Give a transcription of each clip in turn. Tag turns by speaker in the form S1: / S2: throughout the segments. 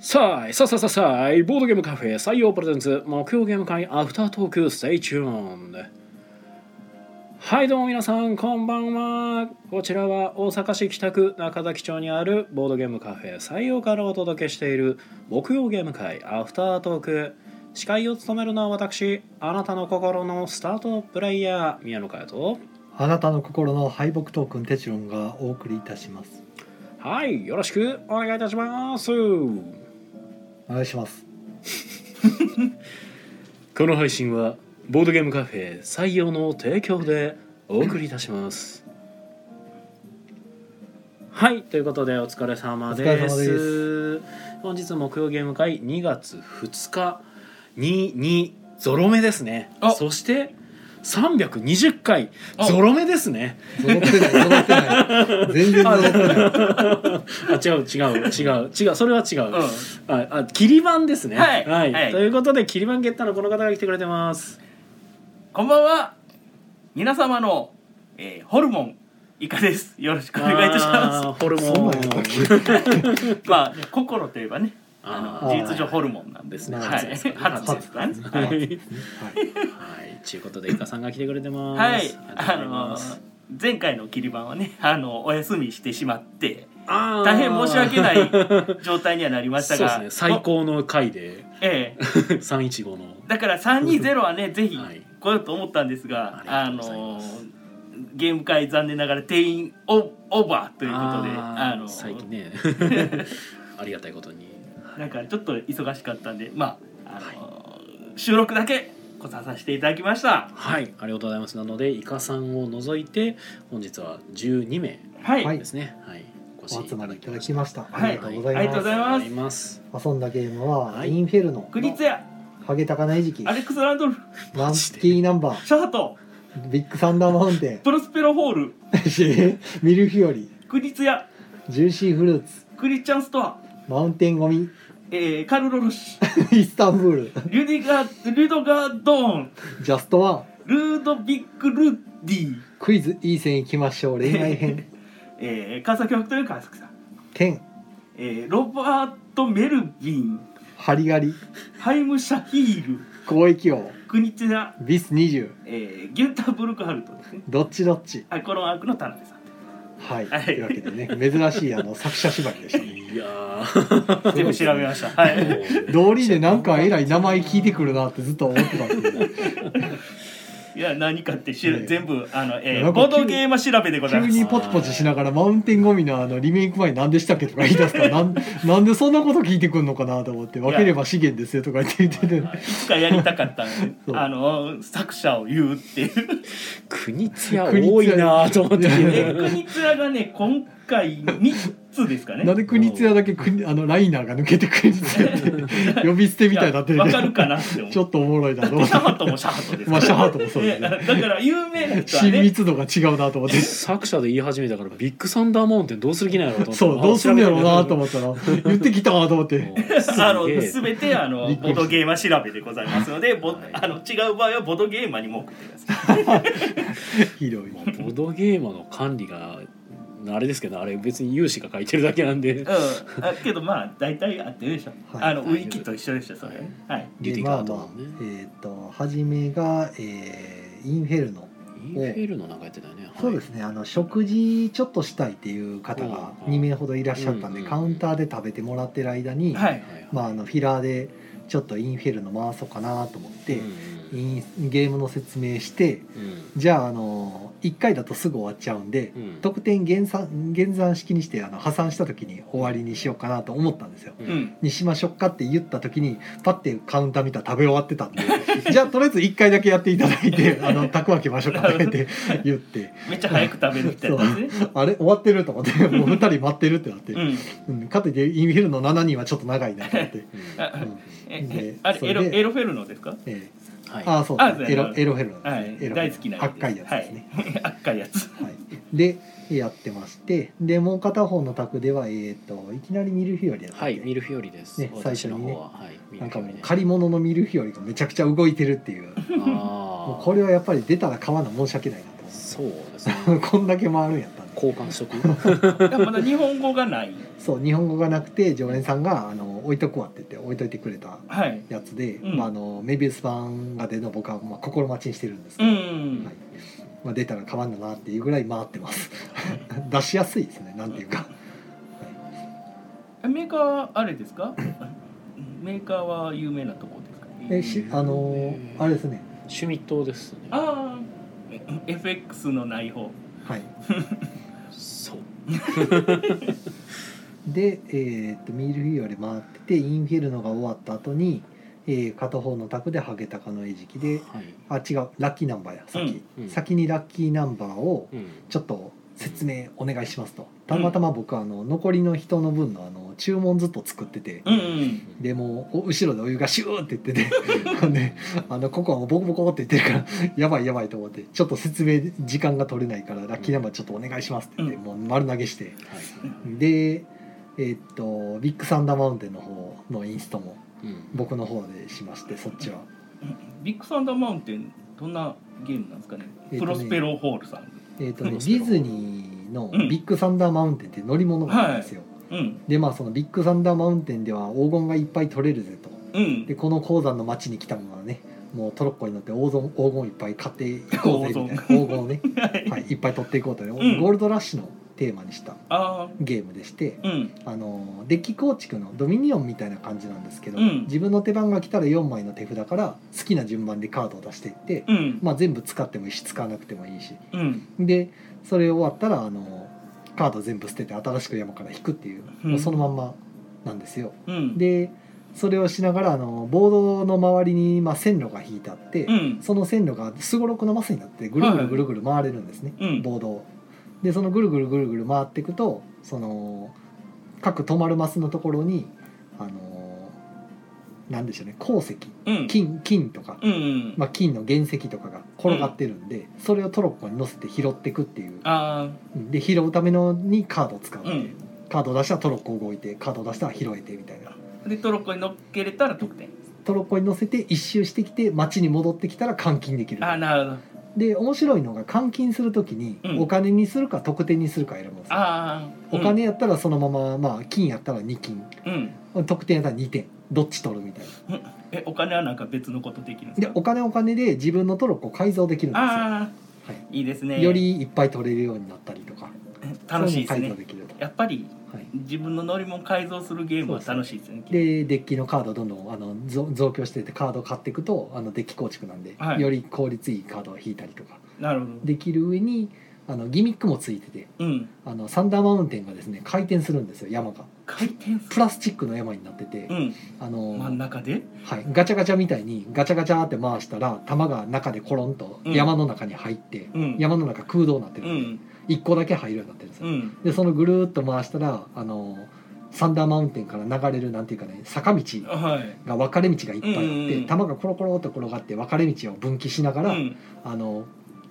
S1: さあいさあさあさあさあいボードゲームカフェ採用プレゼンツ木曜ゲーム会アフタートークステイチューンはいどうも皆さんこんばんはこちらは大阪市北区中崎町にあるボードゲームカフェ採用からお届けしている木曜ゲーム会アフタートーク司会を務めるのは私あなたの心のスタートプレイヤー宮野佳代と
S2: あなたの心の敗北トークンテチロンがお送りいたします
S1: はいよろしくお願いいたします
S2: お願いします
S1: この配信はボードゲームカフェ採用の提供でお送りいたします。はいということでお疲れ様です
S2: お疲れ
S1: 本日木曜ゲーム会2月2日ににゾロ目ですね
S3: あ
S1: そして320回
S3: あ
S1: ゾロ目ですね
S2: 揃ってない揃ってない全然揃ってない
S1: あ違う違う違う違うそれは違う、
S3: うん
S1: はいあ切り番ですね
S3: はいはい
S1: ということで切り番ゲッターのこの方が来てくれてます
S3: こんばんは。皆様の、えーホルモンイカです。よろしくお願いいたしま
S1: あーホルモン
S2: そうなんやったっけ
S3: す。 まあ心といえばね、あの
S2: あー
S3: 事実上ホルモンなんですね。
S2: な
S3: は
S2: る
S3: い、
S1: ほど
S3: 初ですからね。
S1: は
S2: はい
S1: は
S2: い、
S1: い、ということで、イカさんが来てくれてます。
S3: はい、
S1: あ
S3: あ
S1: りがとうございま
S3: の
S1: す。
S3: 前回の切り板はね、あのお休みしてしまって。
S1: あー
S3: 大変申し訳ない状態にはなりましたが
S1: そうですね、最高の回で、
S3: ええ
S1: 三一五の。
S3: だから320は ねぜひ
S1: はい
S3: 来ようと思ったんですが、
S1: あ
S3: あ
S1: りがとうご
S3: の
S1: ざいます
S3: ゲーム会残念ながら定員オオーバーということであ
S1: ー
S3: の
S1: 最近 ね。ありがたいことに。
S3: なんかちょっと忙しかったんでまああの、収録だけ来させていただきました
S1: はい、ありがとうございます。なので、イカさんを除いて、本日は十二名
S3: はい、
S2: はい
S1: ですね。はい、お
S2: お集まりいただき
S1: ま
S2: ました
S3: はい
S2: ありがとうござ
S3: あ
S2: い
S3: りがと
S2: ま
S3: うございます
S1: ありがとうございます。
S2: す遊んだゲームは
S1: はい
S2: インフェルノ
S3: クリツヤ
S2: ハゲタカナ餌食
S3: アレックス・ランドルフ
S2: ランキーナンバ
S3: シャハト
S2: ービッグサンダーマウン テ
S3: プロスペロホール
S2: ンミルフィオリ
S3: クリツヤ
S2: ジューシーフルーツ
S3: クリスチャンストア、
S2: マウンテンゴミ
S3: えー、カルロルシ
S2: イスタンブール
S3: リュディガーリュドガードーン
S2: ジャストワン
S3: ルードビッグ・ルッディ、
S2: クイズいい線いきましょう恋愛編
S3: えー、川崎ファクトリー川崎さん
S2: ケン
S3: えーロバート・メルビン
S2: ハリガリ
S3: ハイム・シャヒール
S2: 交易王
S3: クニチナ、
S2: ビス20
S3: えー、ギュンタ・ブルクハルトですね
S2: どっちどっち
S3: あこのアークの田辺さん
S2: はい、
S3: はい
S2: というわけでね珍しいあの作者縛りでしたね
S1: いやー。
S3: 全部調べましたはい
S2: 道理でなんかえらい名前聞いてくるなってずっと思ってたんですけ ど
S3: いや何かって知る、
S2: ええ
S3: 全部あの、え
S2: な
S3: ー、
S2: んか
S3: ボードゲーム調べでござい
S2: 急
S3: ま
S2: に
S3: す
S2: ポチポチしながらマウンテンゴミのあのリメイク前何でしたっけとか言い出す からなんなんでそんなこと聞いてくるのかなと思って分ければ資源ですよとか言って言 ってて、
S1: はい
S3: いつかやりたかったん
S2: そ
S3: で
S2: う
S3: あの作者を言うっていう
S1: 国津屋多いなーと 思って聞いて
S3: でクニツナがね今回3つですかね
S2: なんで国津屋だけ国あのライナーが抜けて国津屋って 呼び捨てみたいになってる
S3: わ
S2: け
S3: か
S2: ど
S3: るかなって思う
S2: ちょっとおも ろいなと
S3: で
S2: 思っ
S3: シ
S2: て
S3: ャハトもシャハトです
S2: まあシャハー
S3: ト
S2: トもそうですね
S3: だから有名な人は
S2: 親
S3: ね
S2: 密度が違うなと思って
S1: 作者で言い始めたからビッグサンダーマウンテンどうする気なんやろと思って
S2: そうどうすんのやろうなと思ったら 言ってきたわと思って
S3: あの
S1: すげえ
S3: 全てあの
S2: びっく
S3: ボ
S2: りした
S3: ドゲーマ調べでございますので、ボ
S1: はい
S3: あの違う場合はボドゲーマにも送ってください。
S2: ひどい
S1: まあボードゲーマの管理があれですけどあれ別に有志が書いてるだけなんで
S3: うん、あけどまあ大体合ってるでしょ。
S2: はい
S3: あのウィキと一緒でしょそれ。はい。
S1: リテ
S2: で
S1: ィ
S2: ま
S1: カー
S2: あ
S1: ト
S2: まあ
S1: もね、
S2: えっ、と初めが、えーインフェルノ
S1: インフェルノなんかやってたよね、
S2: そうですすねあの食事ちょっとしたいっていう方が
S1: うん
S2: 2名ほどいらっしゃったんで、
S1: うん
S2: カウンターで食べてもらってる間に、
S3: はい。
S2: まあ、あのフィラーでちょっとインフェルノ回そうかなと思って、
S1: うん
S2: インゲームの説明して
S1: うん
S2: じゃああの1回だとすぐ終わっちゃうんで、
S1: うん
S2: 得点減算減算式にしてあの破産した時に終わりにしようかなと思ったんですよ。
S1: うん
S3: うん。
S2: にしましょうかって言った時にパッてカウンター見たら食べ終わってたんで じゃあとりあえず1回だけやっていただいてあの宅分けましょうかって言って
S3: めっちゃ早く食べるみたいなですね。
S2: あれ終わってると思ってもう2人待ってるってなって、
S3: うん。
S2: うんかといってインフィルの7人はちょっと長いなと思って、
S1: うん
S2: う
S3: あ
S2: ん
S3: え
S2: で
S3: あれエロ
S2: それで
S3: エロフェルノですか？
S2: え
S1: はい
S2: ー、ああそう
S3: あ
S2: です
S3: そ
S2: ね
S3: う
S2: エ
S3: や
S2: ロ
S3: な
S2: エロフェルな
S3: は
S2: んですね、エ
S3: い。
S2: ロフェル
S3: 大好きな
S2: 八回やつですね、
S3: はい。 赤いやつ。
S2: はいでやってましてでもう片方の宅ではえっ、といきなりミルフィオリだったっ
S1: は
S2: け
S1: いミルフィオリです、
S2: ね最
S1: 私
S2: 初
S1: の
S2: に
S1: 方
S2: ね
S1: は、はいミ
S2: な
S1: ル
S2: ん
S1: フィオ
S2: かも
S1: リ
S2: う
S1: ね
S2: 借り物のミルフィオリがめちゃくちゃ動いてるっていうも
S1: あ
S2: う
S1: ー
S2: これはやっぱり出たら買わな申し訳ないなと
S1: そうですね
S2: 思ってこんだけ回るんやったんで
S1: 交換しとく
S3: でもまだ日本語がない。
S2: そう日本語がなくて常連さんがあの置いとくわって言って置いといてくれた
S3: はい
S2: やつで、
S3: うん
S2: まあ、あのメビウス版が出るのを僕はまあ心待ちにしてるんですけ
S3: う
S2: ど、
S3: ん
S2: はいまあ、出たら変わんだなっていうぐらい回ってます 出しやすいですねなんていうか
S3: メーカーはあれですかメーカーは有名なところですか
S2: えしあのあれですね
S1: 趣味党ですね
S3: ああ FX のない方
S2: はい
S1: そう
S2: で、えーっとミールフィーユあれ回っててインフェルノが終わった後に、えー片方の卓でハゲタカの餌食で
S1: はい
S2: あ違うラッキーナンバーや先、
S1: うんうん
S2: 先にラッキーナンバーを
S1: うん
S2: ちょっと説明お願いしますとたまたま僕はあの残りの人の分のあの注文ずっと作ってて、
S3: うんうん
S2: でもうお後ろでお湯がシューって言ってて ほんであのここはもうボコボコって言ってるからやばいやばいと思ってちょっと説明時間が取れないからラッキーナンバーちょっとお願いしますって言って、
S3: うん
S2: もう丸投げして
S1: はい
S2: でえっとビッグサンダーマウンテンの方のインストも
S1: うん
S2: 僕の方でしましてそっちは
S3: ビッグサンダーマウンテンどんなゲームなんですかね
S2: えっとね
S3: プロスペロホールさん
S2: えっとね
S1: ど
S2: デ
S1: うして
S2: ィ
S1: も
S2: ズニーのビッグサンダーマウンテンって乗り物があるんですよ、
S3: うん
S2: でまあそのビッグサンダーマウンテンでは黄金がいっぱい取れるぜと
S3: うん
S2: でこの鉱山の町に来たものはねもうトロッコに乗って黄金黄金いっぱい買っていこうぜみたいな黄金をね、
S3: はい
S2: はい、いっぱい取っていこうとね、
S3: ん
S2: ゴールドラッシュのテーマにした
S3: あ
S2: ゲームでして
S3: あうん
S2: あのデッキ構築のドミニオンみたいな感じなんですけど、
S3: うん
S2: 自分の手番が来たら4枚の手札から好きな順番でカードを出していって、
S3: うん
S2: まあ、全部使ってもいいし使わなくてもいいし
S3: うん
S2: でそれ終わったらあのカード全部捨てて新しく山から引くっていう、
S3: うん
S2: もうそのまんまなんですよ。
S3: うん
S2: でそれをしながらあのボードの周りに、まあ、線路が引いてあって、
S3: うん
S2: その線路がすごろくのマスになってぐるぐるぐるぐる回れるんですね、
S3: うん
S2: ボードを。でそのぐるぐるぐるぐる回っていくとその各止まるマスのところにあのなんでしょうね鉱石
S3: うん
S2: 金金とか、
S3: うん
S2: まあ、金の原石とかが転がってるんで、それをトロッコに乗せて拾っていくっていう
S3: あ
S2: で拾うためのにカードを使うって
S3: ーう
S2: いうんカード出したらトロッコ動いてカード出したら拾えてみたいな
S3: でトロッコに乗っけれたら得点
S2: トロッコに乗せて一周してきて町に戻ってきたら換金できる
S3: ああなるほど
S2: で面白いのが換金するときに
S3: うん
S2: お金にするか特典にするか選ぶんですよ、
S3: ああ
S2: お金やったらそのまま、まあ、金やったら2金
S3: うん
S2: 特典やったら2点どっち取るみたいな
S3: えお金はなんか別のことできるんで
S2: です
S3: か
S2: お金お金で自分のトロッコを改造できるんですよ、
S3: ああ、、
S2: はい
S3: いですね
S2: よりいっぱい取れるようになったりとか
S3: 楽しいで
S2: そう
S3: す
S2: うの
S3: ね
S2: 改造できると、
S3: やっぱり
S2: はい、
S3: 自分の乗り物改造するゲームは楽しいですね
S2: でデッキのカードどんどんあの増増強してってカードを買っていくとあのデッキ構築なんで、
S3: はい
S2: より効率いいカードを引いたりとか
S3: なるほど
S2: できる上にあのギミックもついてて
S3: うん
S2: あのサンダーマウンテンがですね回転するんですよ山が
S3: 回転す
S2: プラスチックの山になってて、
S3: うん
S2: あの
S3: 真ん中で
S2: はい、ガチャガチャみたいにガチャガチャって回したら玉が中でコロンと
S3: うん
S2: 山の中に入って、
S3: うん
S2: 山の中空洞になって
S3: う
S2: るんで、
S3: ん
S2: 一1個だけ入るようになってるんです
S3: う
S2: よ、
S3: ん
S2: でそのぐるーっと回したらあのサンダーマウンテンから流れるなんていうかね坂道
S3: はい
S2: が分かれ道がいっぱいあって、
S3: うんうんうん
S2: 玉がコロコロっと転がって分かれ道を分岐しなが
S3: う
S2: ら、
S3: ん
S2: あの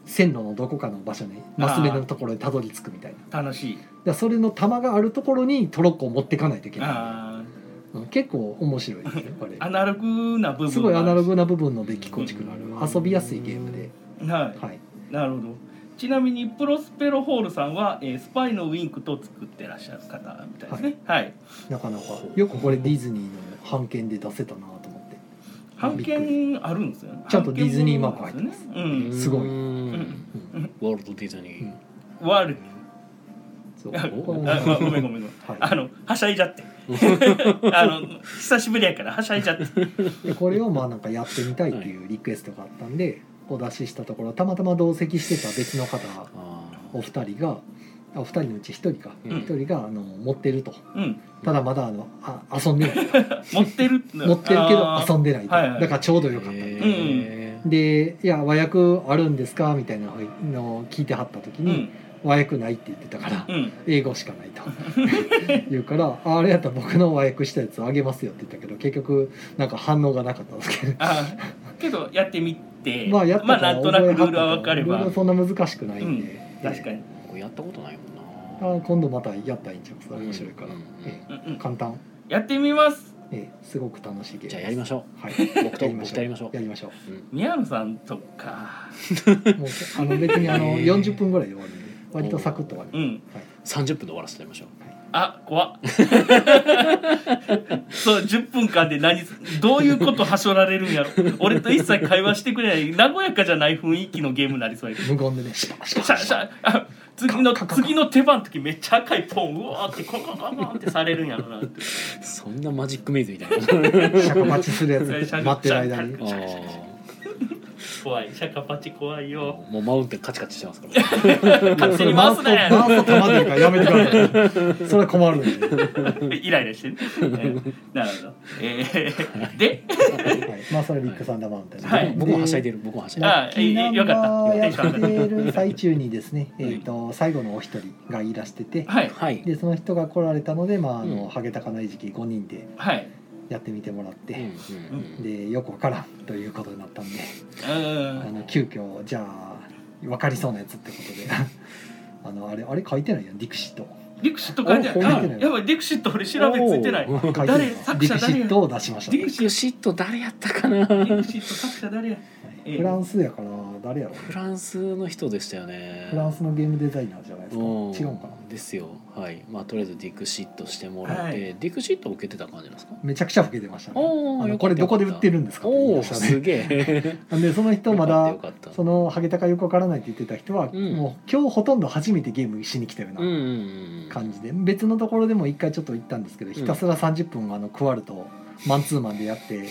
S2: 線路のどこかの場所にマス目のところにたどり着くみたいなだか
S3: 楽しい
S2: らそれの玉があるところにトロッコを持っていかないといけな
S3: あ
S2: いうん結構面白いですねこれ
S3: あ アナログな部分
S2: すごいアナログ
S3: な
S2: な部分のデッキ構築がある遊びやすいゲームで、
S3: はい
S2: はい、
S3: なるほどちなみにプロスペロホールさんは、えースパイのウィンクと作ってらっしゃる方みたいですねはい、
S2: なかなかよくこれディズニーの版権で出せたなと思って
S3: 版権あるんですよね
S2: ちゃんとディズニーマーク入ってます
S3: 版権もあるんですよね
S2: すごい
S1: うん
S3: うん
S1: ウォルト・ディズニ
S2: う
S1: ー
S2: ん
S3: うんワール
S2: そう
S3: あ
S2: ここ
S3: あごめん ごめんごめん
S2: はい
S3: あのはしゃいじゃって あの久しぶりやからはしゃいじゃって
S2: でこれをまあなんかやってみたいっていうリクエストがあったんでお出ししたところたまたま同席してた別の方
S1: あ
S2: お二人があお二人のうち一人か
S1: うん
S2: 一人があの持ってると
S3: うん
S2: ただまだあのあ遊んで ない
S3: 持ってる
S2: 持ってるけど
S3: あー
S2: 遊んでないと
S3: はいはい
S2: だからちょうど
S1: あ
S2: よかった
S1: へえ
S2: で「いや和訳あるんですか?」みたいなのを聞いてはった時
S3: う
S2: に「
S3: ん
S2: 和訳ないって言ってたから
S3: うん
S2: 英語しかないと言うからああれやったら僕の和訳したやつあげますよって言ったけど結局なんか反応がなかったんですけど
S3: あーけどやってみて
S2: まあやった
S3: まあなんとなくルールは分かれ
S2: ル
S3: ば
S2: ールはそんな難しくないんで、
S3: 確か
S2: に
S3: に、
S1: 僕やったことないもんな
S2: あ今度またやったらいいんちゃいますか面白いから、
S1: うんうん
S2: え
S3: うんう
S2: え
S3: ん、
S2: 簡単、
S3: やってみます
S2: ええすごく楽しいゲームです
S1: じゃあやりましょ
S2: はい
S1: 僕と僕とやりましょう
S2: やりましょ
S1: う、うん
S3: 宮野さんとか
S2: うもうあの別にあの
S1: ええ
S2: 40分ぐらいで終わるんで割とサクッと終わ
S3: う
S2: る、
S3: ん
S2: はい
S1: 30分で終わらせてやりましょう
S3: あ怖っ そう10分間で何どういうことはしょられるんやろ俺と一切会話してくれない和やかじゃない雰囲気のゲームになりそうやけど
S2: 無言でねシャッシャッ
S3: シ
S2: シ
S3: ャ
S2: ャッ
S3: シャあ次の次の手番の時めっちゃ赤いポンうわーってコンコンコンコンってされるんやろなって
S1: そんなマジックメイズみたいな
S2: 釈迦待ちするやつ待ってる間に
S1: あ
S3: 怖いシャカパチ怖い
S1: あ
S3: よ
S1: もうマウンテンカチカチしてますから
S3: 勝手に回すな
S2: 回すと溜まってるからやめてく ださいそれは困るんで、は
S3: イライラしてる、えーなるほど、えー、で
S2: い、まあそれビッグサンダーマウンテンで、
S3: はい
S1: 僕もはしゃいでる僕もはしゃいでる
S2: ラッキーナンバー
S3: あいい
S2: や
S3: よかった
S2: ってる最中にですね、えー、と最後のお一人が言い出してて
S3: はい
S1: はい
S2: でその人が来られたので、まあ、あの
S1: うん
S2: ハゲタカの餌食5人で
S3: はい
S2: やってみてもらっ
S1: うん
S2: て、
S1: うんうん
S2: でよくわからんということになったんで
S3: う
S2: あ
S3: ん
S2: の急遽じゃあわかりそうなやつってことで あのあれあれ書いてないやんディクシット
S3: ディクシット書いて
S1: お
S3: ない
S1: 書いて
S2: ない
S3: あやばいディクシット俺調べついてない
S1: お
S2: 書い
S1: ー
S2: てない
S3: 誰
S2: デ
S3: 作
S2: ィ
S3: 者
S2: クシ
S3: 誰や
S2: ットを出しました
S3: ディ
S1: デ
S3: ク
S1: ィクシット誰やったかな
S3: ディクシット作者誰や
S2: はいフランスやから誰やろ
S1: フランスの人でしたよね
S2: フランスのゲームデザイナーじゃないですか違うんかな
S1: ですよはいまあとりあえずディクシットしてもらって、
S3: はい
S1: ディクシットを受けてた感じなんですか
S2: めちゃくちゃ老けてました、ね、
S1: お
S2: あ
S1: ーよかった
S2: のこれどこで売ってるんですかって言い
S1: おお
S2: ま
S1: ー
S2: した
S1: す
S2: ね
S1: げえ
S2: でその人まだ
S1: よかったよか
S2: そ
S1: った
S2: のハゲタカよくわからないって言ってた人は、
S1: うん
S2: もう今日ほとんど初めてゲームしに来たような
S1: うんうんうん
S2: 感じで別のところでも一回ちょっと行ったんですけどひたすら30分あのクワルとマンツーマンでやって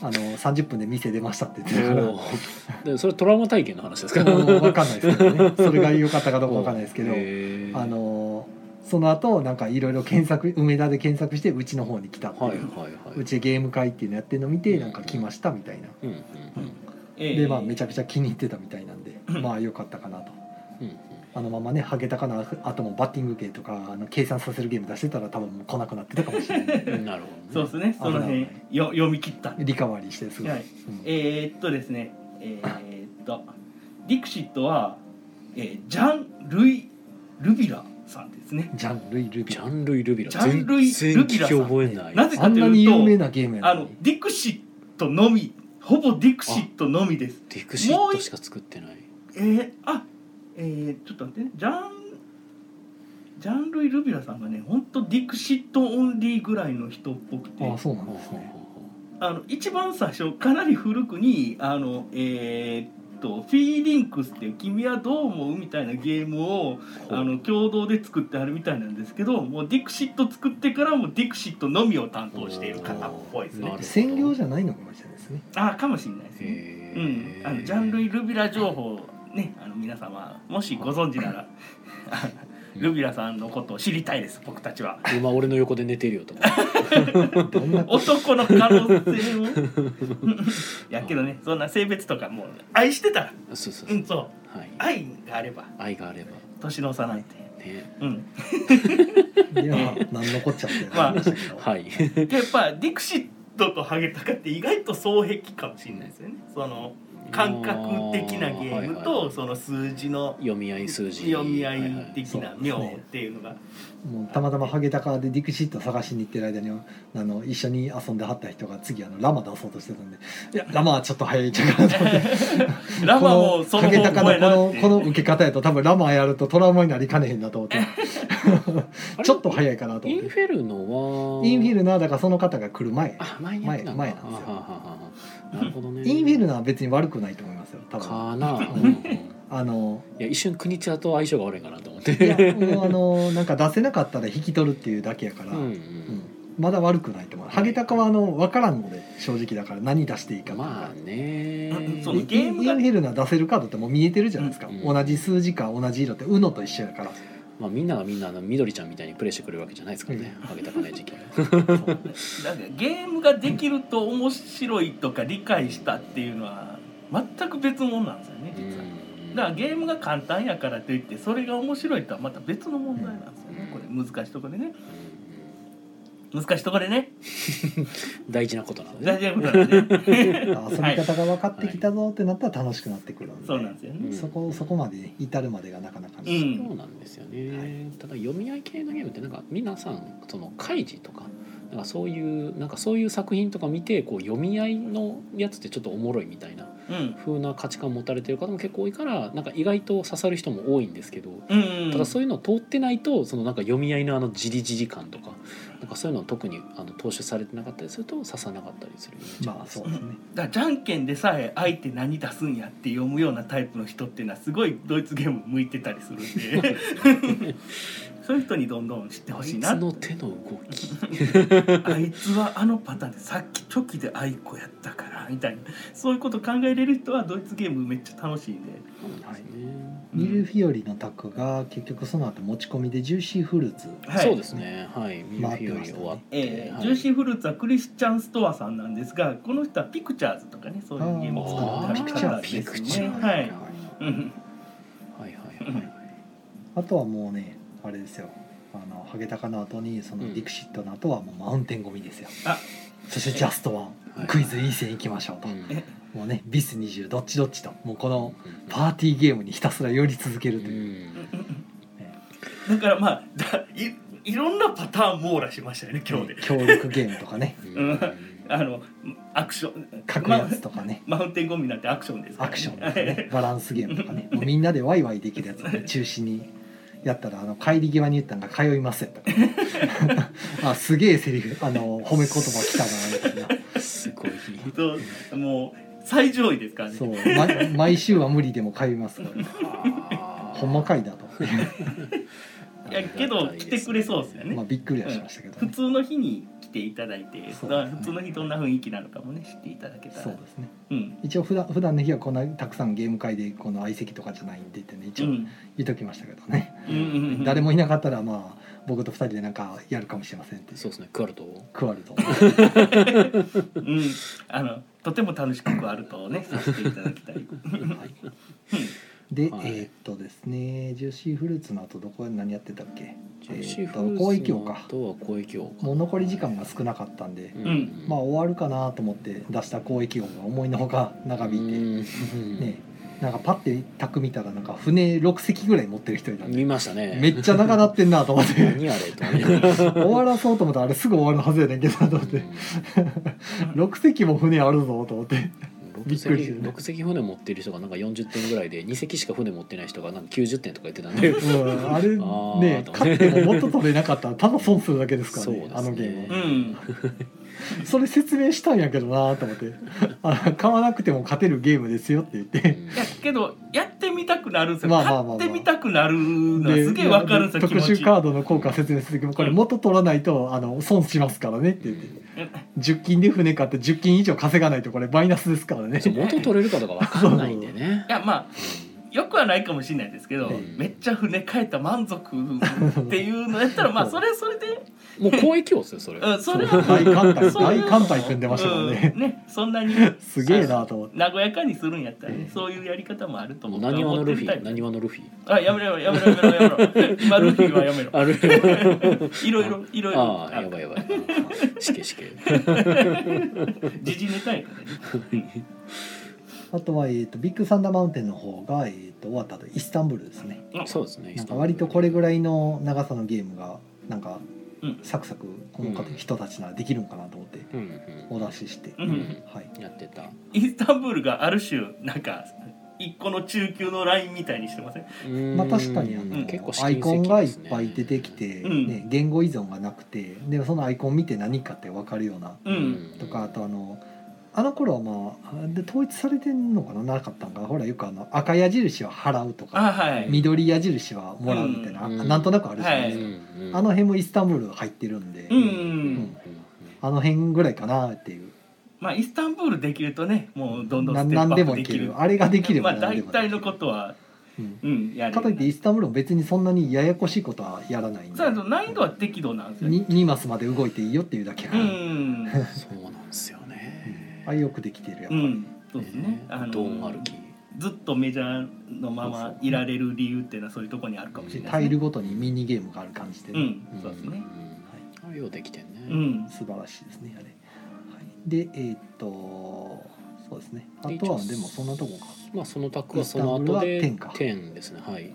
S2: あの30分で店出ましたって言ってたから。
S1: おーでそれトラウマ体験の話ですか
S2: もう分かんないですけどねそれが良かったかどうか分かんないですけど
S1: へー
S2: あのその後なんかいろいろ検索梅田で検索してうちの方に来たっていう、
S1: はいはいはいう
S2: ちでゲーム会っていうのやってるの見てなんか来ましたみたいな
S1: うんうん
S3: え
S2: でまあめ
S3: ゃ
S2: ちゃくちゃ気に入ってたみたいなんでまあ良かったかなと
S1: うんうん
S2: あのままねハゲタカのあともバッティング系とかあの計算させるゲーム出してたら多分もう来なくなってたかもしれない
S1: うんなるほ
S3: そ
S1: ど
S3: う
S1: ね
S3: ですねその辺よ読み切った
S2: リカバリーしてすごい、
S3: はい
S2: うん
S3: えー、っとですねえー、っとディクシットは、えー、ジャン・ルイ・ルビラさんですね
S2: ジャンルイルビ
S1: ジ
S2: ー
S1: ャンルイ・ルビラ
S3: ジャンルイ
S1: 全
S3: ル
S1: 然
S3: ビ
S1: 聞
S3: ラさ
S1: き
S3: ん
S1: 覚えない
S3: なぜ
S2: あ
S3: か
S2: ん
S3: と
S2: な
S3: いう
S2: に有名
S3: と
S2: なゲームや
S3: あ
S2: の
S3: の
S2: に
S3: ディクシットのみほぼディクシットのみです
S1: ディクシットしか作ってない
S3: えー、あえー、ちょっと待ってねジャンジャン・ルイ・ルビラさんがね本当ディクシットオンリーぐらいの人っぽくて
S2: あそうなんですね
S3: あの一番最初かなり古くにあのえーっとフィーリンクスっていう「君はどう思う?」みたいなゲームを
S1: ほう
S3: あの共同で作ってあるみたいなんですけどもうディクシット作ってからもディクシットのみを担当している方っぽいです
S1: な
S3: ね
S1: るほど
S2: 専業じゃないのかもしれないですね
S3: あかもしれないですね
S1: へ
S3: う
S1: ー
S3: んあのジャンルイルビラ情報ねあの皆様もしご存知なら ルビラさんのことを知りたいです僕たちは
S1: 今俺の横で寝てるよと か
S2: どんな
S3: 男の可能性を やけどねそんな性別とかもう愛してたら
S1: そうそう
S3: う
S1: そうん
S3: そう
S1: はい
S3: 愛があれば
S1: 愛があれば
S3: 年の差なんて
S1: ね
S3: うん
S2: いや何残っちゃって
S3: まあ
S1: はい
S3: でやっぱディクシットとハゲタカって意外と双璧かもしれないですよねその感覚的なゲーム
S1: あーはいは
S3: と
S1: い
S3: その数字の
S1: 読み合い数字
S3: 読み合
S1: はいい
S3: 的な妙っていうのが
S2: もうたまたまハゲタカでディクシット探しに行ってる間にあの一緒に遊んではった人が次あのラマ出そうとしてたんでいやラマはちょっと早いんちゃうかなと思って
S3: ラマもそ
S2: ハ
S3: の
S2: ゲタ
S3: 方
S2: カ
S3: 向
S2: の
S3: やなっ
S2: このこの
S3: て
S2: 受け方やと多分ラマやるとトラウマになりかねへんなと思って
S1: あれ
S2: ちょっと早いかなと
S1: イ
S2: 思っ
S1: ン
S2: て
S1: フェルノは
S2: インフィルナーだからその方が来る前
S1: あ前にやってた
S2: 前前なんですよ
S1: あははははなるほどね
S2: インフィルナーは別に悪くないと思いますよ多分
S1: かな、
S2: うん
S1: うんい
S2: あ の
S1: や一瞬国茶と相性が悪いかなと思って
S2: いやもうあのなんか出せなかったら引き取るっていうだけやから、
S1: うんう
S2: うん
S1: ん
S2: まだ悪くないと思うハゲタカはあの分からんので正直だから何出していいかっていうのが
S1: まあね
S3: うんそ
S2: イ
S3: の
S2: ン
S3: ゲームが
S2: インヘルナ出せるカードってもう見えてるじゃないですか、
S1: うん
S2: 同じ数字か同じ色って UNO と一緒や から
S1: まあみんながみんなあの緑ちゃんみたいにプレイしてくれるわけじゃないですからねあげたかね時期
S3: なんかゲームができると面白いとか理解したっていうのは全く別物なんですよね実は。だからゲームが簡単やからといってそれが面白いとはまた別の問題なんですよね、これ難しいところでね難しいところでね
S1: 大事なことなの
S3: 大
S1: で
S3: 事なことなんで ね
S2: 遊び方が分かってきたぞってなったら楽しくなってくるんで、
S3: そうなんですよね
S2: そこそこまで至るまでがなかなか
S3: う
S2: ね、
S3: ん
S1: そうなんですよね、ただ読み合い系のゲームってなんか皆さんその開示とかなんかそういうなんかそういう作品とか見てこう読み合いのやつってちょっとおもろいみたいな
S3: うん
S1: 風な価値観を持たれてる方も結構多いからなんか意外と刺さる人も多いんですけど
S3: うん
S1: ただそういうのを通ってないとそのなんか読み合いのあのじりじり感とかなんかそういうの特にあの踏襲されてなかったりすると刺さなかったりするイメージ
S2: まあそうですね
S3: だからじゃんけんでさえ相手何出すんやって読むようなタイプの人っていうのはすごいドイツゲーム向いてたりする んでそういう人にどんどん知ってほ
S1: あ
S3: しい
S1: い
S3: な
S1: つの手の動き
S3: あいつはあのパターンでさっきチョキであいこやったからみたいなそういうこと考えれる人はドイツゲームめっちゃ楽しいんで
S1: そうなんですね、
S2: ミルフィオリのタッグが結局その後持ち込みでジューシーフルーツ
S3: はい
S1: そうですねはいミルフィオリ終わって
S3: えー
S1: はい
S3: ジューシーフルーツはクリスチャン・ストアさんなんですがこの人はピクチャーズとかねそういうゲームを
S1: あ
S3: 作
S1: ー
S3: った
S1: ピ
S3: り
S1: クチャーピク
S3: とかですね
S1: チャー
S3: は
S1: はい
S3: い、うん
S1: はいはいはい
S2: あとはもうねあれですよあのハゲタカの後にその
S1: うん
S2: ディクシットの後はもうマウンテンゴミですよ、
S3: あ
S2: そしてジャストワン、
S1: はい
S2: クイズいい線いきましょうと、
S1: うん
S2: もうねビス20どっちどっちともうこのパーティーゲームにひたすら寄り続けるという、
S3: だからまあだいいろんなパターン網羅しましたよね今日で、
S2: 協力ゲームと かね
S1: うん
S3: あのアクション
S2: 格
S3: ま
S2: やつとかね、
S3: マウンテンゴミなんてアクションですから、
S2: アクションとか ねバランスゲームとかねもうみんなでワイワイできるやつを、ね、中心にやったらあの帰り際に言ったのが「通います」とか、ね、あすげえセリフあの褒め言葉来たなみたいな
S1: すごい
S3: ともう最上位ですからね
S2: そう、ま、毎週は無理でも通いますから、ね、ほんまかいなと、
S3: いやけど来てくれそうですよね、
S2: まあ、びっくりはしましたけど
S3: 普
S2: ね、
S3: 通の日に来ていただいて、
S2: そうですね
S3: 普通の日どんな雰囲気なのかもね知っていただけたら
S2: そうですね
S3: うん
S2: 一応普段普段の日はこんなたくさんゲーム会でこの相席とかじゃないんでってね一
S3: う
S2: 応
S3: ん
S2: 言っときましたけどね、
S3: うんうんうん
S2: 誰もいなかったらまあ僕と二人でなんかやるかもしれませんって
S1: そうですねクワルトを
S2: クワルト
S3: うんあのとても楽しくあると ねさせていただきたい
S2: はいで、
S1: はい
S2: えーっとですねジューシーフルーツの後どこ何やってたっけ
S1: ジ
S2: え
S1: ューシー
S2: ーっ
S1: フ
S2: と
S1: ルーツ
S2: 交易業か
S1: あとは交易業か
S2: もう残り時間が少なかったんで、
S3: ん
S2: まあ終わるかなと思って出した交易業が思いのほか長引いて、ね
S1: ね
S2: なんかパッて卓見たらなんか船6隻ぐらい持ってる人いたんで
S1: 見ましたね
S2: めっちゃ長なってんなと思って
S1: 何あれと思
S2: 終わらそうと思ったらあれすぐ終わるはずやねんけどなと思っ
S1: って
S2: て6隻も船あるぞと思ってび
S1: 6
S2: っくりす
S1: 隻
S2: るね
S1: 六隻船持ってる人がなんか40点ぐらいで2隻しか船持ってない人がなんか90点とか言ってたんで
S2: うんあれ
S1: ー
S2: ね
S1: と
S2: 勝ってももっと取れなかったらただ損するだけですから
S1: そ
S2: ね
S1: うですね
S2: あのゲーム
S3: う
S2: は
S3: ん
S2: それ説明したんやけどなと思ってあ買わなくても勝てるゲームですよって言っ
S1: う
S2: て
S1: ん
S3: いやけどやってみたくなるんですよ、
S2: まあまあまあまあ
S3: 買ってみたくなるのはすげえわかるんですよ
S2: 特
S3: 気持
S2: 殊
S3: ち
S2: カードの効果説明する時もこれ元取らないとあの損しますからねって言って10金で船買って10金以上稼がないとこれマイナスですからね
S1: そう元取れるかとかわかんないんでね
S3: いやまあよくはないかもしれないですけど、
S1: うん
S3: めっちゃ船変えた満足っていうのやっ たらまあそれはそれで、
S1: もう交易業ですよそれ
S3: うん、それは
S2: 大艦隊
S3: そういう
S2: 大艦隊組んでましたからね
S3: うんねそんなに
S2: すげえなと思って
S3: 和やかにするんやったら
S2: え
S3: ね
S2: え
S3: そういうやり方もあると
S1: も
S3: 思
S1: う
S3: う
S1: 何わのルフ
S3: 思
S1: ィ
S3: ってみたい
S1: 何わのルフィ
S3: あやめろやめろやめろやめろ今ルフィはやめろ
S1: あルフ ィ
S3: いろいろいろいろ
S1: ああやばいやばいしけしけ
S3: 時事ネタやからね
S2: あとは、えー、とビッグサンダーマウンテンの方が、えー、と終わった後イスタンブルですね
S1: そうですね
S2: なんか割とこれぐ
S1: い
S2: らいの長さのゲームがなんか
S3: うん
S2: サクサクこの方
S1: うん
S2: 人たちならできるんかなと思って
S1: うん
S2: お出しして、
S3: う
S1: うん
S3: ん
S2: はい、
S1: やってた
S3: インスタンブールがある種なんか一個の中級のラインみたいにしてません
S2: まあ確かにあ
S1: う
S2: の
S1: ん結構試
S2: ア
S1: 金石
S2: イコンがい
S1: で
S2: っ
S1: すね
S2: ぱい出てきて、
S3: うん
S2: ね、言語依存がなくてでもそのアイコン見て何かって分かるような
S3: うん、
S2: とかあとあのあの頃はまあで統一されてんのかななかったんかほらよくあの赤矢印は払うとか
S3: あはい
S2: 緑矢印はもらうみたいな、
S1: うん
S2: なんとなくあるじゃない
S1: うん
S2: ですか、
S1: うん
S2: あの辺もイスタンブール入ってるんで、
S3: うんうん
S1: うん
S2: あの辺ぐらいかなっていう
S3: まあインスタンブールできるとねもうどんどん
S2: な
S3: ステップ
S2: 何
S3: ア
S2: で
S3: ッ
S2: も
S3: プで
S2: い
S3: き
S2: け
S3: る
S2: るあれができれば
S3: まあ
S2: 何でもで
S3: 大
S2: きる
S3: 体のことは
S2: うん
S3: うんやれ
S2: かといってイスタンブールも別にそんなにややこしいことはやらないんで
S3: そうそう難易度は適度なんですよね
S2: に 2, マスまで動いていいよっていうだけや
S3: う
S2: から、
S3: ん
S1: そうなんですよね
S2: あよくできてるやっ
S3: う
S2: ぱり、
S3: んそうですね
S1: ね
S3: あの
S1: ドン歩き
S3: ずっとメジャーのままいられる理由っていうのはそういうところにあるかもしれな
S2: タ
S3: い
S2: イ
S3: で
S2: ル
S3: すね。
S2: ごとにミニゲームがある感じで、
S3: う
S2: ね
S3: ん、そうですね。
S1: んあようできてんね
S3: うん、
S2: 素晴らしいですねあれ、はい、でえーっとそうですねあ
S1: で
S2: とは
S1: 一応
S2: でもそんなとこか、
S1: まあそのタックはその後で
S2: イスタンブルは
S1: 10ですねはい
S2: はい、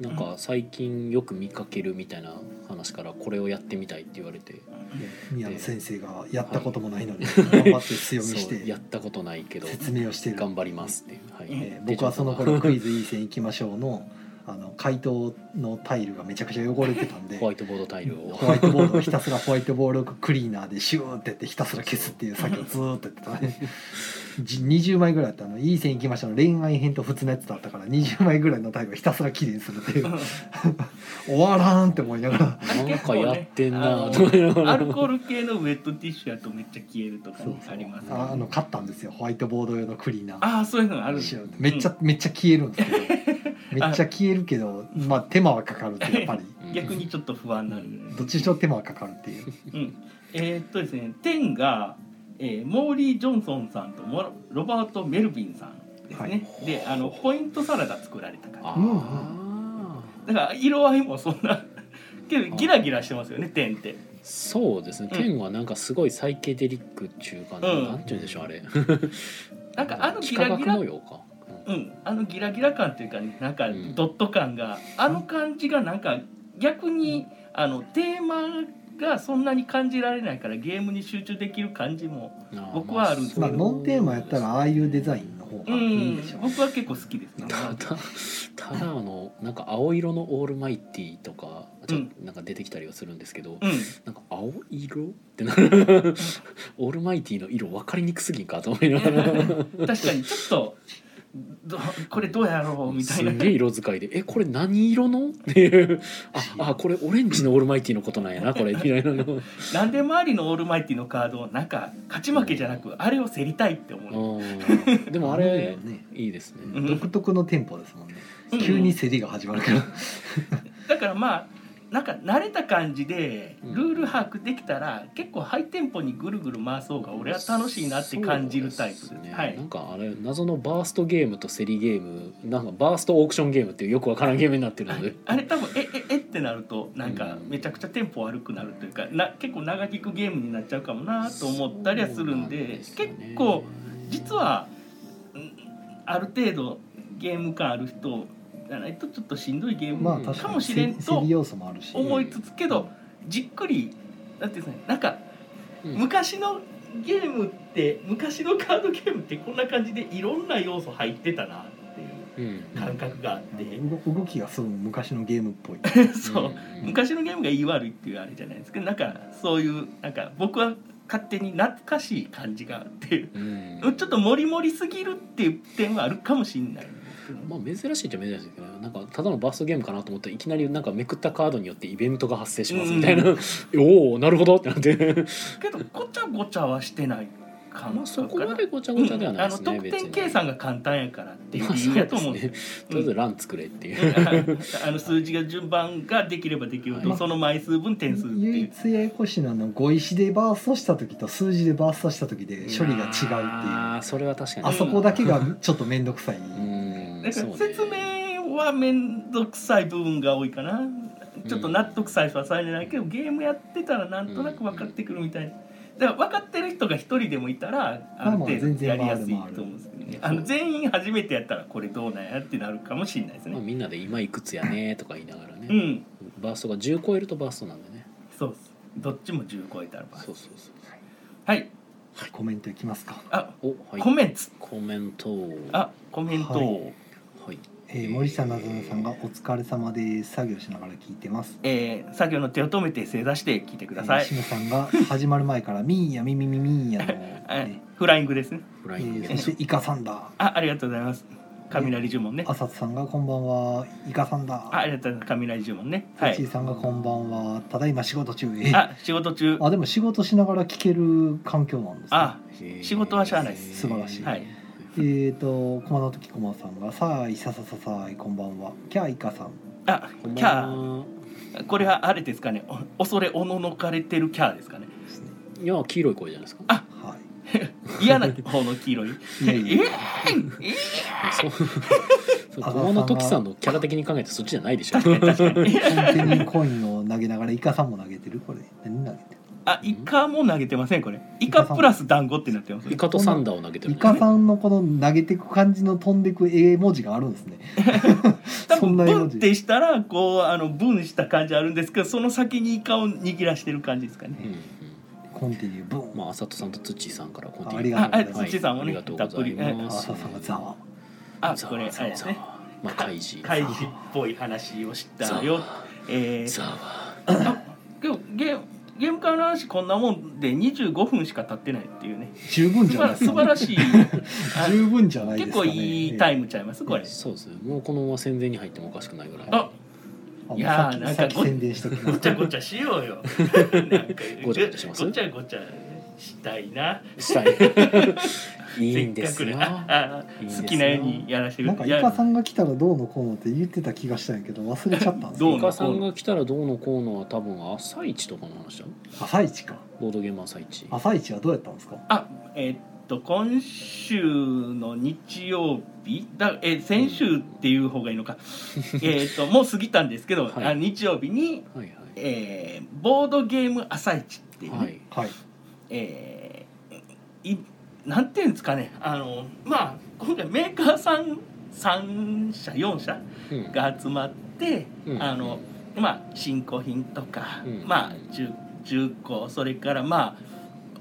S1: なんか最近よく見かけるみたいな話からこれをやってみたいって言われて
S2: で宮野先生がやったこともないのに、
S1: い
S2: 頑張って強みし
S1: そうや
S2: て
S1: ったことないけど
S2: 説明をしてる
S1: 頑張りますっていう、はい
S2: えー僕はその頃クイズいい線行きましょうのあの回答のタイルがめちゃくちゃ汚れて たんで
S1: ホワイトボードタイルを
S2: ホワイトボードをひたすらホワイトボードクリーナーでシューってやってひたすら消すっていう作業をずーっとやってたねじ20枚ぐらいあったあの「いい線いきました」の恋愛編と普通のやつだったから20枚ぐらいのタイルをひたすらきれいにするっていう終わらんって思いながら
S1: なんかやってんな
S3: 結構ねあ
S1: と
S3: のアルコール系のウェットティッシュやとめっちゃ消えるとかねありますね
S2: ああの買ったんですよホワイトボード用のクリーナー
S3: ああそういうのあるんですよ
S2: めっちゃめっちゃ消えるんですけ どめっちゃ消えるけどまあ手間はかかるってやっ ぱり
S1: うん
S3: 逆にちょっと不安になるぐらい
S2: どっちにしろ手間はかかるっていう
S3: うん、えーっとですね10が、えーモーリー・ジョンソンさんとモロロバート・メルビンさんですね、であのポイントサラダ作られたから
S1: あー
S3: だから色合いもそんな けどギラギラしてますよね10って
S1: そうですね天はなんかすごいサイケデリックっちゅうかな,、
S3: うん
S1: なんて言うんでしょうあれ
S3: なんかあのギ
S1: 幾
S3: ラ
S1: 何
S3: ギ
S1: 学
S3: ラ
S1: 模様か、うん
S3: うんあのギラギラ感っていうかねなんか
S1: うん
S3: ドット感が、あの感じがなんか逆にあのテーマがそんなに感じられないからゲームに集中できる感じも
S1: あー
S3: 僕はあるんですけ
S2: ま
S3: ど
S2: あノンテーマやったらああいうデザインの方
S3: う
S2: がいいん
S3: ん
S2: でしょう、
S3: 僕は結構好きですね
S1: ただただあのなんか青色の「オールマイティ」とかちょっとなんか出てきたりはするんですけど、
S3: うん
S1: なんか青色ってな オールマイティの色分かりにくすぎんかと思いながら
S3: 確かにちょっとどこれどうやろうみた
S1: す
S3: いなん
S1: げえ色使いで「えこれ何色の?」っていう「ああこれオレンジのオールマイティのことなんやなこれ」みたいな の
S3: なんで周りのオールマイティのカードをなんか勝ち負けじゃなくあれを競りたいって思
S1: う
S3: う、
S1: んでもあれ
S2: ね
S1: いいですね。
S3: ん
S2: 独特のテンポですもんね、
S3: うん
S2: 急に競りが始まるから、
S3: だからまあなんか慣れた感じで
S1: うん
S3: ルール把握できたら結構ハイテンポにぐるぐる回そうが俺は楽しいなって感じるタイプです
S1: そう
S3: は
S1: ないんかあれ謎のバーストゲームと競りゲームなんかバーストオークションゲームっていうよくわからんゲームになってるので
S3: あれ多分えええってなるとなんかめちゃくちゃテンポ悪くなるというかな結構長引くゲームになっちゃうかもなと思ったりはするんで
S1: そうな
S3: 結
S1: んですよね
S3: 構実はうんある程度ゲーム感ある人じゃないとちょっとしんどいゲーム
S2: まあ確
S3: か
S2: か
S3: も
S2: に
S3: し
S2: 競
S3: れん
S2: り競
S3: と
S2: り要素もあるし
S3: 思いつつけどじっくりなんていうんですかねなんか
S1: うん
S3: 昔のゲームって昔のカードゲームってこんな感じでいろんな要素入ってたなっていう
S1: うん
S3: 感覚があっ
S2: うん
S3: て
S2: 動動きがすごい昔のゲームっぽい
S3: そう。昔のゲームが言い悪いっていうあれじゃないですけどなんかそういうなんか僕は勝手に懐かしい感じがあって
S1: うん
S3: ちょっとモリモリすぎるっていう点はあるかもしれないんですけど、
S1: まあ珍しいっちゃ珍しいですけどなんかただのバーストゲームかなと思ったらいきなりなんかめくったカードによってイベントが発生しますみたいな、
S3: う
S1: おおなるほどってなって
S3: けどごちゃごちゃはしてない感
S1: まあそこまでごちゃ
S3: う
S1: ご
S3: ん
S1: ちゃではない
S3: あ
S1: で
S3: の
S1: すね、
S3: 得
S1: 別
S3: 点
S1: に
S3: 計算が簡単やからっていう
S1: まあ
S3: 理
S1: そう
S3: 由やと
S1: です
S3: 思うん
S1: ね
S3: ですよ
S1: とりあえずラン作れっていう、
S3: あの数字が順番ができればできるほどその枚数分点数って
S2: 唯
S3: いう
S2: 一ややこしいのはあの碁石でバーストした時と数字でバーストした時で処理が違うっていう
S1: ああそれは確かに
S2: あそこだけがちょっと面倒くさい、
S1: うん
S3: だから説
S1: そうね
S3: 明は面倒くさい部分が多いかなちょっと納得さえはされないけどゲームやってたらなんとなく分かってくるみたいなだから分かってる人が一人でもいたらある程度やりやすいと思うんですけどね
S1: まあ
S3: あ
S1: まあ
S3: の全員初めてやったらこれどうなんやってなるかもしれないです
S1: まあ、
S3: ね
S1: みんなで「今いくつやね」とか言いながらね、
S3: うん
S1: バーストが10超えるとバーストなんでね
S3: そうっすどっちも10超えたらば
S1: そうそうそう
S3: はい
S2: コメントいきますか、
S3: あ
S1: おはい
S3: コメント
S1: コメント
S3: あコメント
S2: は
S1: はい
S2: えー森下なずなさんが「お疲れ様です作業しながら聞いてます」
S3: えー作業の手を止めて正座して聞いてくださ
S2: え
S3: い
S2: ーしのさんが始まる前から「ミーヤミミミミーヤ」の、
S3: え
S2: ね
S3: フライングですね
S1: フラ
S2: え
S1: イング
S2: ー
S1: ゲ
S2: そ
S1: ス
S2: してイカサンダー
S3: あありがとうございます雷呪文ね
S2: 浅津さんがこんばんはイカさんだ
S3: あありがとうございます雷呪文ねは
S2: はい、
S3: い
S2: さんがこんばんはただいま仕事中え
S3: あ仕事中
S2: あでも仕事しながら聞ける環境なんです、ね、
S3: あ
S1: へー
S3: 仕事はしゃあないです
S2: 素晴らしい
S3: はい
S2: えーと駒の時駒さんが「さあいささささあいこんばんはキャーイカさん
S3: あ
S1: こん
S3: キ
S1: ば
S3: ャ
S1: んは
S3: ーこれはあれですかねお恐れおののかれてるキャーですかね」
S2: ですね
S1: いや黄色い声じゃないですか
S2: は
S3: 嫌な方の黄色い
S2: いいや
S3: え
S2: いやい
S3: ー
S2: や
S1: そう そう
S2: あ
S1: 駒の時さんのキャラ的に考えてそっちじゃないでしょ
S3: 確かに確か
S2: コンテ
S3: に
S2: ニーコインを投げながらイカさんも投げてるこれ何投げてる
S3: あイカも投げてませんこれイカプラス団子ってなってます
S1: イカとサンダーを投げてる
S2: イカさんのこの投げてく感じの飛んでく絵文字があるんですね
S3: 多
S2: そん
S3: 分
S2: な絵
S3: ブ
S2: 文
S3: ンっ
S2: 字
S3: てしたらこうあのブンした感じあるんですけどその先にイカを握らしてる感じですかね
S1: うんうん
S2: コンテニューブン、
S1: まああさとさんと土井さんからコンティニュー
S2: ありがとうございます
S1: はい
S3: 土井さんもね
S1: ありがとうございま
S2: あ
S1: す
S2: 浅津さんがざわ
S3: あこれあれですね
S1: まあ開示
S3: 開示っぽい話をしたよ
S1: ざわ
S3: えー
S1: ざわ
S3: あでもゲームゲーム会の話こんなもんで25分しか経ってないっ ていうね
S2: 十分
S3: 素
S2: じゃないで
S3: 晴
S2: す
S3: 素晴
S2: からね。
S3: しいあ
S2: 十分じゃないです
S3: 結
S2: か
S3: 構
S2: ね。
S3: いいタイムちゃいますこれ
S1: そうですねもうこのまま宣伝に入ってもおかしくないぐらい
S3: あ
S2: あ
S3: いやー
S2: さっき
S3: なんか
S2: さっき宣伝しときま
S3: ご
S2: す
S3: ち。ゃごちゃしよ うよ
S1: ごちゃごちゃします
S3: ごちゃごちゃしたいな
S1: した いいいんですよ
S3: せっかくあ
S1: いいんですよ
S3: 好きなようにやらせてく
S2: なんかイ
S3: や
S2: カさんが来たらどうのこうのって言ってた気がしたんやけど忘れちゃったんです
S3: どう
S1: イ
S2: よ
S3: の
S1: カさんが来たらどうのこうのは多分朝一とかの話だよ
S2: 朝一か
S1: ボードゲーム朝一
S2: 朝一はどうやったんですか
S3: あえーっと今週の日曜日だえー先週っていう方がいい のかえーっともう過ぎたんですけど、
S1: はい
S3: あ日曜日に、
S1: はい
S3: えーボードゲーム朝市っていうね、
S1: はいはい
S2: はい
S3: えーいなんていうんですかねあのまあ今回メーカーさん3社4社
S1: うん
S3: が集まって、
S1: うん
S3: あのまあ新古品とか、
S1: うん
S3: まあ中中古それからま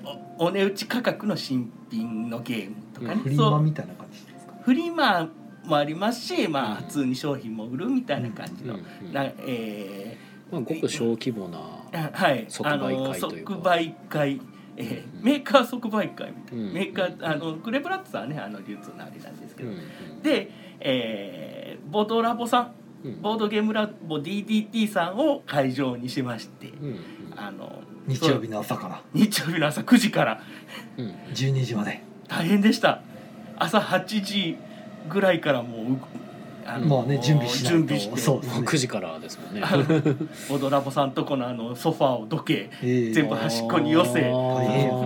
S3: あおお値打ち価格の新品のゲームとか
S1: うん
S2: フ
S3: ね、
S2: リ
S3: そ
S2: マ
S3: う
S2: みたいな感じですか
S3: フリマもありますしまあ
S1: うん
S3: 普通に商品も売るみたいな感じ
S1: うん
S3: の、
S1: うん
S3: なえ
S1: まあ、ごく小規模な、
S3: ーはい
S1: 即売会
S3: あの
S1: というか
S3: 即売会えー
S1: うん
S3: メーカー即売会みたいな、
S1: うん
S3: メーカーあのクレブラッツはねあの流通のあれなんですけ
S1: うん
S3: ど、
S1: うん
S3: で、えー、ボードラボさん
S1: うん
S3: ボードゲームラボ DDT さんを会場にしまして、
S1: うんうん
S3: あの
S2: 日曜日
S3: そう
S2: の朝から
S3: 日曜日の朝9時から
S1: うん
S2: 12時まで
S3: 大変でした朝8時ぐらいからもうあ
S2: まあね準備しないと
S3: 準備して
S2: そうです
S1: まあ
S2: ね
S1: 9時からですもんね
S3: あのボードラボさんとこのあのソファーをどけ
S2: えー
S3: 全部端っこに寄せ
S1: あー
S2: 大変や
S1: は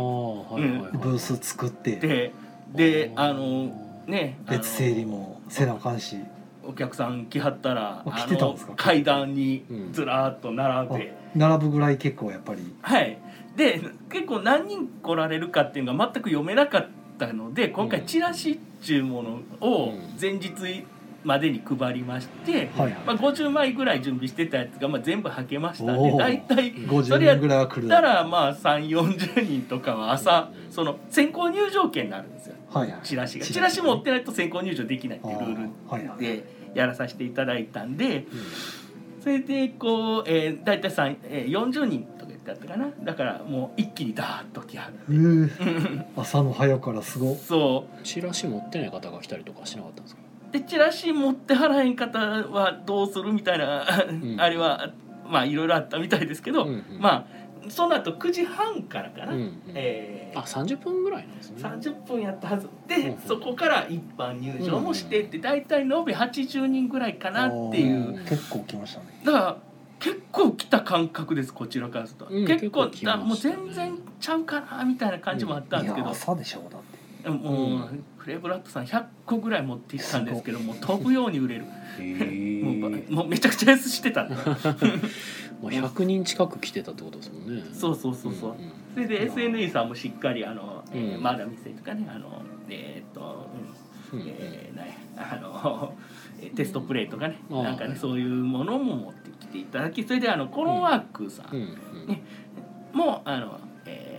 S1: いはいはい
S2: ブース作って
S3: てであのねあの
S2: 別整理もせなあかんし
S3: お客さん来はった
S2: あ
S3: らあ
S2: 来てたん
S3: の
S2: ですか
S3: 階段に
S1: うん
S3: ずらーっと並べ、
S2: 並ぶぐらい結構やっぱり
S3: はい、で結構何人来られるかっていうのが全く読めなかったので今
S1: う
S3: 回
S1: ん
S3: チラシっていうものを
S1: うん
S3: 前日までに配りまして、
S2: はい
S3: まあ、50枚ぐらい準備してたやつがまあ全部はけましたん
S2: お
S3: で
S2: お
S3: 大体そ
S2: 50
S3: れや
S2: 人
S3: っ
S2: ぐらいは来る
S3: た
S2: は
S3: らまあ3 4 0人とかは朝
S1: うん
S3: その先行入場券になるんですよ
S2: いはい
S3: チラシが
S2: チラシ
S3: チラシ持ってないと先行入場できないっ
S2: あ
S3: ていうルー
S2: ーはいはい
S3: ルでやらさせていただいたんで。
S1: うん
S3: それでこう、えー、大体さん、えー、40人とかだったかなだからもう一気にダーッと来はる
S2: うー
S3: うん
S2: 朝の早からすご
S3: そ
S1: チラシ持ってない方が来たりとかしなかったんですか
S3: うでチラシ持ってはらへん方はどうするみたいな、
S1: ん
S3: あれはまあいろいろあったみたいですけど、
S1: うんうん
S3: まあその後9時半からかな、
S1: うんうん
S3: えー
S1: あ30分ぐらいなんですね
S3: 30分やったはずで、
S1: うんうん
S3: そこから一般入場もしてって大体延べ80人ぐらいかなって
S1: あ
S3: いう
S1: ー
S2: 結構来ましたね
S3: だから結構来た感覚ですこちらからすると、
S1: うん
S3: 結構
S1: 結構来ましたね
S3: だもう全然ちゃうかなみたいな感じもあったんですけ
S2: いや
S3: ど、
S2: 朝でしょだって
S3: もう、
S1: うん
S3: クレーブラッドさん100個ぐらい持っていったんですけどもう飛ぶように売れる
S1: へ
S3: もうば
S1: ー
S3: もうめちゃくちゃ安してたんで
S1: まあ100人近く来てたってことですもんね
S3: そうそうそうそう、
S1: んん
S3: それで SNE さんもしっかりあの、えー
S1: うん
S3: まだ店とかねあのえーっと、
S1: うんうん
S3: えーなんやあのテストプレイとかね、
S1: うん
S3: なんかねそういうものも持ってきていただきそれであのコロンワークさん
S1: うんうん
S3: ねもあの、えー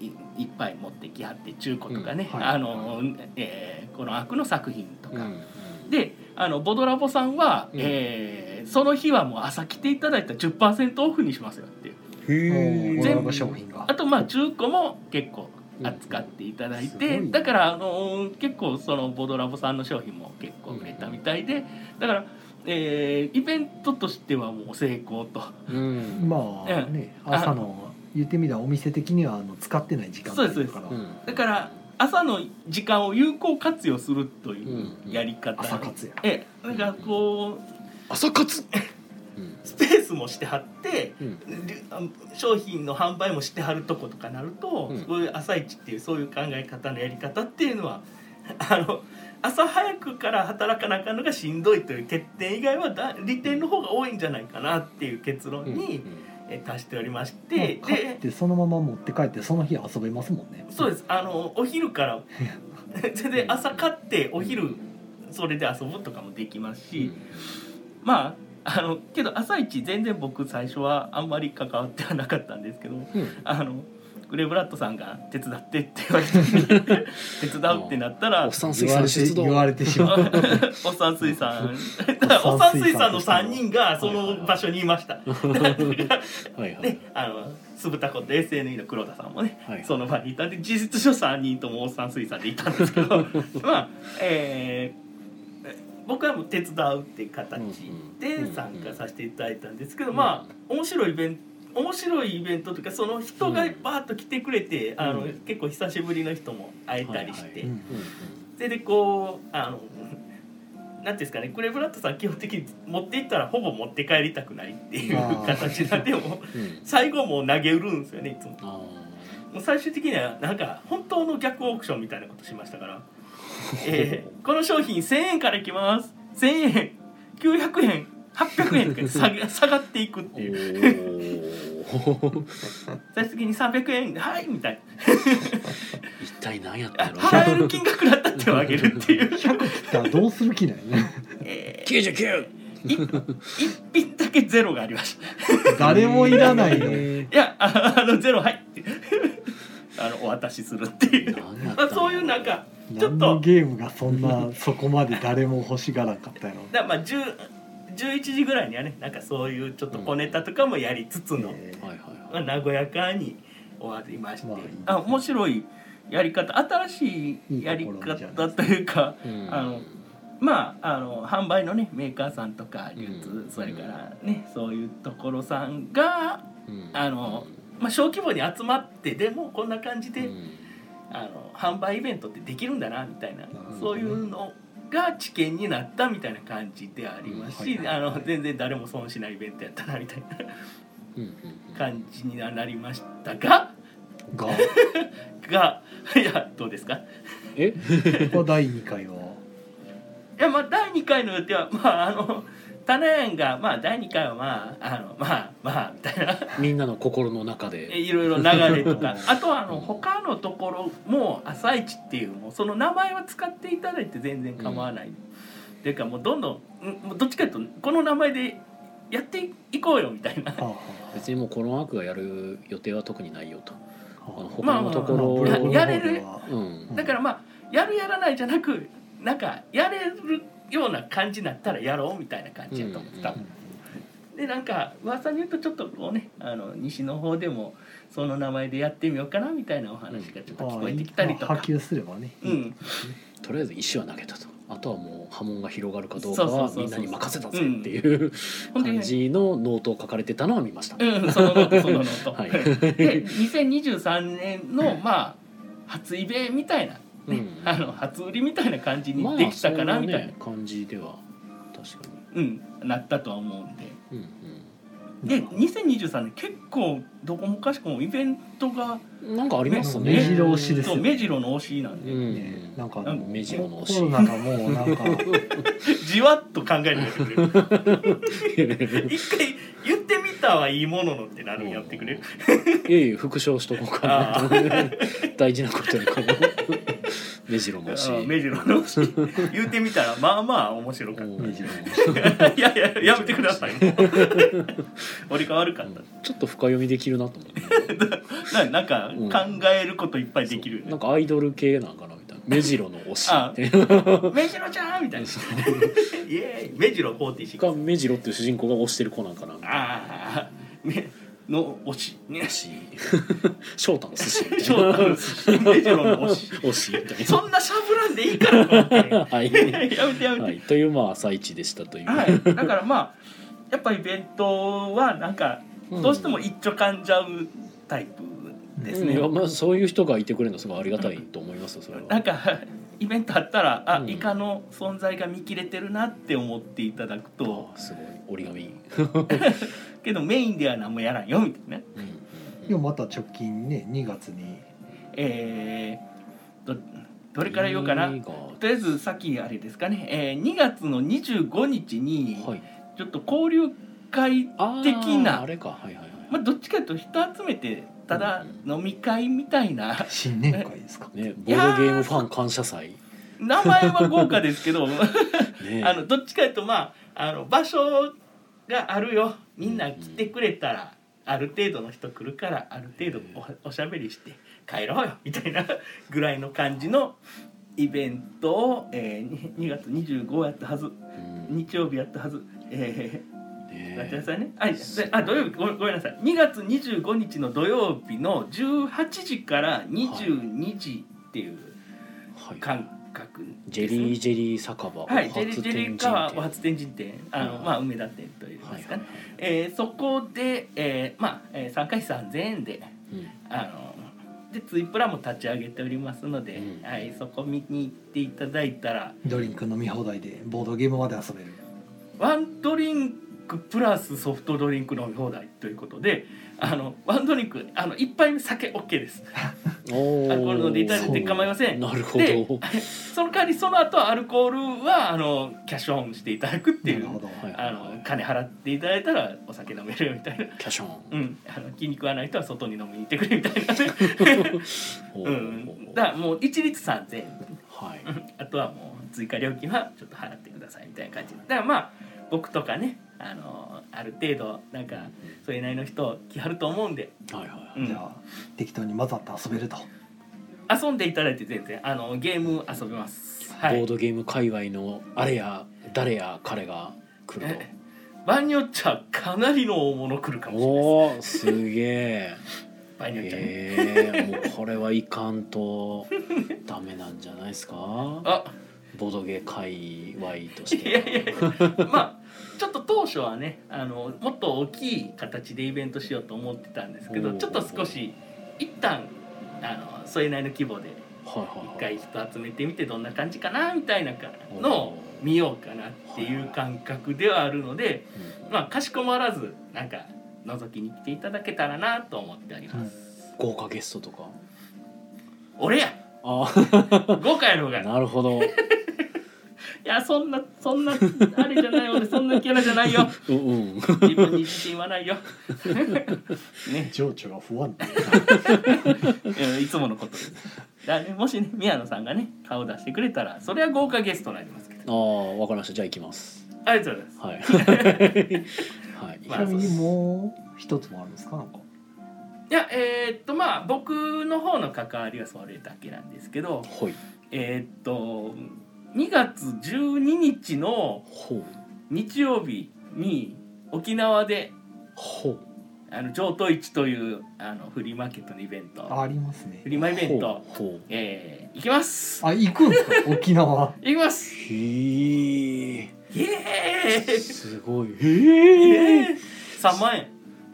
S3: いいっぱい持ってきはって中古とかね、
S2: うんはい
S3: あのえーこの悪の作品と
S1: うんう
S3: か、
S1: ん
S3: であのボドラボさんは、
S1: うん
S3: えーその日はもう朝来ていただいたら10%オフにしますよっていう
S1: へー
S2: 全部商品が
S3: あとまあ中古も結構扱っていただいて、
S2: うんうん
S3: だからあの結構そのボドラボさんの商品も結構売れたみたいでだから、えーイベントとしてはもう成功と。
S1: うん
S2: まあね
S3: うん
S2: 朝の言ってみればお店的にはあの使ってない時間
S3: そうです
S2: 帯だから
S1: うん
S3: だから朝の時間を有効活用するという
S1: うん
S3: やり方、
S2: 朝活や
S3: ええなんかこう
S1: 朝活うん
S3: スペースもしてはって
S1: うん
S3: りゅあ商品の販売もしてはるとことかなると、
S1: うん
S3: そういう朝市っていうそういう考え方のやり方っていうのは あの朝早くから働かなあかんのがしんどいという欠点以外はだ利点の方が多いんじゃないかなっていう結論に、え達しておりまして、
S2: まあ買っ
S3: で
S2: てそのまま持って帰ってその日遊べますもんね
S3: そうですあのお昼から 全然朝買ってお昼それで遊ぶとかもできます
S1: うん
S3: し、まああのけど朝一全然僕最初はあんまり関わってはなかったんですけど
S1: うん
S3: あのグレーブラッドさんが手伝ってって言われて手伝うってなったら
S1: おっさん水
S2: 言
S1: 産
S2: われて
S1: 出動
S2: 言われてしま う
S3: おっさん水産おっさん水産の3人がその場所にいました
S1: はいはい
S3: であの酢豚こと SNE の黒田さんもね、
S1: はい
S3: その場にいたんで事実上3人ともおっさん水産でいたんですけど まあえー僕はもう手伝うっていう形
S1: うんう
S3: で
S1: ん
S3: 参加させていただいたんですけど、
S1: うん
S3: まあ面白いイベント面白いイベントというかその人が
S1: うん
S3: バーッと来てくれて、あの
S1: うん
S3: 結構久しぶりの人も会えたりして、
S1: はいはい
S2: うん
S1: う
S3: それでこうあのなんていうんですかねクレブラッドさん基本的に持っていったらほぼ持って帰りたくないっていう
S2: あー
S3: 形なんでも
S1: んうんうん
S3: 最後もう投げ売るんですよねいつも
S1: あ
S3: もう最終的にはなんか本当の逆オークションみたいなことしまし たから、えーこの商品1000円からいきます1000円900円800円とか に下げ下がっていくっていう
S1: ーおー
S3: 最終的に300円はいみたい
S1: 一体何やっ
S3: な
S1: た
S3: あ
S1: の
S3: 払える金額だったってをあげるっ ていう、
S2: 100切ったらどうする気なんやね
S3: え
S1: 99
S3: ー、1品だけゼロがありました
S2: 誰もいらないの
S1: え
S3: いやああのゼロはいって あのお渡しするってい
S1: ー
S3: う、
S1: 何やった
S3: まあ、
S1: の
S3: そういうなんかちょっと
S2: 何のゲームがそんなそこまで誰も欲しがらんかったやろ
S3: だからまあ10 11時ぐらいにはねなんかそういうちょっと小ネタとかもやりつつの、
S2: え ー
S1: はいはい
S3: ま
S1: は
S3: あ、和やかに終わりまして、
S2: まあいい
S3: あ、面白いやり方新しいやり方というか
S1: いうん
S3: あのまああの販売のねメーカーさんとか流通、
S1: うん
S3: それからねそういうところさんが、
S1: うん
S3: あのまあ、小規模に集まってでもこんな感じ
S1: う
S3: で、
S1: ん
S3: あの販売イベントってできるんだなみたいな、
S2: るほどね
S3: そういうのが知見になったみたいな感じでありますし、
S2: うんはいはいはい
S3: あの全然誰も損しないイベントやったなみたいな
S1: うんうんうん
S3: 感じにはなりましたが
S2: が
S3: がいやどうですか
S1: え
S2: ここ第2回はい
S3: やまあ第2回の予定はまああの棚園がまあ第2回はまああのまあまあみたいな
S1: みんなの心の中
S3: え
S1: で
S3: いろいろ流れとかあとはあの他のところも「朝一っていうもうその名前は使っていただいて全然構わない、っていうかもうどんどんんもうどっちかというとこの名前でやっていこうよみたいな
S2: あ。は
S1: 別にもうこの枠がやる予定は特にないよと
S2: あ
S1: あの
S2: は
S1: 他のとこ
S2: あ
S1: ろ
S2: ブログの方
S3: やれる
S2: では
S1: うん
S3: だからまあやるやらないじゃなくなんかやれるような感じになったらやろうみたいな感じやと思ってた。
S1: うん
S3: でなんか噂に言うとちょっとこうねあの西の方でもその名前でやってみようかなみたいなお話がちょっと聞こえてきたりと
S2: まあ
S3: か
S2: 波。及すればね
S3: うん
S1: とりあえず石は投げたとあとはもう波紋が広がるかどう
S3: そ
S1: か
S3: うそうそう
S1: は
S3: そう
S1: みんなに任せたぜっていう
S3: ほんで
S1: 感じのノートを書かれてたのは見ました、
S3: うん、そのノートそのノー ト。
S1: はい
S3: で2023年のまあ初イベみたいな、ね
S1: うん
S3: あの初売りみたいな感じ
S1: ま
S3: に
S1: あ
S3: できたかなみたいな、
S1: そんね感じでは確か
S3: うん、なったとは思うんで。
S1: に、うん
S3: で2023年結構どこもかしこもイベントが
S1: うん、なんかあります
S2: 目
S1: ね
S2: 白押しです
S3: そ
S2: よ
S3: う
S2: ね
S3: 目白の推しなんで、
S1: う
S2: ね
S1: ん
S2: なんかあ
S3: う
S2: の
S3: ん
S1: 目白の推し
S2: コ ロナがもうなん か
S3: じわっと考えるやってくれ る一回言ってみたはいいもののってなるんやってくれる
S1: いやいや復唱しとこうかな と大事なことにこの目白の推し
S3: あ目白の推し言ってみたらまあまあ面白かった
S1: うん
S2: 目白の
S3: いやいややめてくださいもう俺が悪かった
S1: ちょっと深読みできるなと思って、
S3: ななんか
S1: うん
S3: 考えることいっぱいできるよね
S1: なんかアイドル系なんかなみたいな目白の推し
S3: あ
S1: って
S3: 目白ちゃん みたいな
S1: そ
S3: イエーイ目白46
S1: が目白っていう主人公が推してる子なんかなみたいな
S3: ああめの推しね
S1: 推し 翔太の寿司みたいな
S3: 翔太の推し目白の 推し
S1: 推しみたい
S3: そんなしゃぶらんでいいからと思って
S1: な はい、
S3: やめてやめて、
S1: はい、というまあ朝一でしたという、
S3: はい、だからまあやっぱイベントはなんか
S1: うん
S3: どうしても一丁噛んじゃうタイプですね、
S1: いやまあそういう人がいてくれるのはすごいありがたいと思いますよそれは
S3: なんか イベントあったらあ、
S1: うん
S3: イカの存在が見切れてるなって思っていただくと
S1: あすごい折り紙
S3: けどメインでは何もやらんよみたいな、
S1: うん
S2: でもまた直近ね2月に
S3: えー、どどれから言おうかな
S1: 映画
S3: とりあえずさっきあれですかね、えー、2月の25日に
S1: はい
S3: ちょっと交流会、
S1: あー
S3: 的な
S1: あれかはいはいはい、
S3: まあ、どっちかというと人集めてただ
S1: う
S3: 飲み会みたいな
S2: 新年会ですか
S1: ねボードゲームファン感謝祭
S3: 名前は豪華ですけど
S1: ね
S3: あのどっちかというとまああの場所があるよみんな来てくれたらある程度の人来るからある程度おおしゃべりして帰ろうよみたいな ぐらいの感じのイベントを、えー、に2月25やったはず
S1: うん
S3: 日曜日やったはずえー、待ってく
S1: ね
S3: ださいねあいやあ土曜日ごめんごめんなさい2月25日の土曜日の18時から22時っていう
S1: はい
S3: 感覚
S1: ジ
S3: で
S1: ェ
S3: す、
S1: リージェリー酒場
S3: はい、ジェリジェリカは
S1: は
S3: 初天神店あの、
S1: はい
S3: まあ、梅田店といいますかね、
S1: はい
S3: えーそこで、えーまあえー、参加費3,000円で
S1: うん
S3: あのでツイプラも立ち上げておりますので、
S1: うん
S3: はい、そこ見に行っていただいたら
S2: ドリンク飲み放題でボードゲームまで遊べる
S3: ワンドリンクプラスソフトドリンク飲み放題ということであのワンドリンクあの一杯目酒 OK です
S1: おー
S3: アルコール飲んでいただいて構いません
S1: なるほ
S3: で
S1: ど
S3: その代わりその後アルコールはあのキャッシュオンしていただくって
S2: ないる
S3: う
S2: ほど、
S1: はい
S3: あの金払っていただいたらお酒飲めるよみたいな、
S1: キャション
S3: うん、あの気に食わない人は外に飲みに行ってくれみたいな、
S1: ほう
S3: う、
S1: ほうん
S3: だからもう一律3000円
S1: はい
S3: あとはもう追加料金はちょっと払ってくださいみたいな感じだからまあ僕とかねあのある程度なんかそれなりの人来はると思うんで
S1: はいは
S3: うん
S2: じゃあ適当に混ざって遊べると
S3: 遊んでいただいて全然あのゲーム遊べます、はい
S1: ボー
S3: い、
S1: ドゲーム界隈のあれや誰や彼が来る
S3: え場合によっちゃかなりの大物来るか
S1: と
S3: もしれない
S1: お
S3: で
S1: おすげえ
S3: す場合によっちゃね
S1: へえもうこれはいかんとダメなんじゃないですか
S3: あ
S1: ボドゲ界隈とし
S3: いやい
S1: て
S3: やいやまあちょっと当初はねあのもっと大きい形でイベントしようと思ってたんですけ
S1: お
S3: ど
S1: ー
S3: ちょっと少し一旦あのそれなりの規模で
S1: はいは
S3: 一
S1: いはい
S3: 回人集めてみてどんな感じかなみたいなの
S1: お
S3: を
S1: ー
S3: 見ようかなっていう感覚ではあるので、
S1: うん
S3: まあ、かしこまらずなんか覗きに来ていただけたらなと思っております。
S1: 豪華ゲストとか
S3: 俺や
S1: あ
S3: 豪華やろうが
S1: あ
S3: い
S1: なるほど
S3: やそんなそんなあれじゃない俺そんなキャラじゃないよ
S1: うんうん
S3: 自分に自信はないよ ね
S2: 情緒が不安定
S3: うんいつものことです。だからね、もしね宮野さんがね顔出してくれたらそれは豪華ゲストになりますけど
S1: ああわかりましたじゃあ行きます
S3: ありがとうございます
S1: はいはい
S2: ちなみにもう一つもあるんですかなんか
S3: いやえーっとまあ僕の方の関わりはそれだけなんですけど
S1: ほい
S3: えーっと2月12日の
S1: ほう
S3: 日曜日に沖縄で
S1: ほう
S3: あの上都市というあのフリーマーケットのイベン
S2: あ
S3: ト
S2: あります
S3: フ
S2: ね
S3: リマイベント、
S1: ほうほう
S3: えー行きます
S2: あ行くん ですか沖縄
S3: 行きます
S1: へえ
S3: イエー
S1: すごい
S3: イイ
S1: へ
S3: エ
S1: え
S3: ーイ3万 円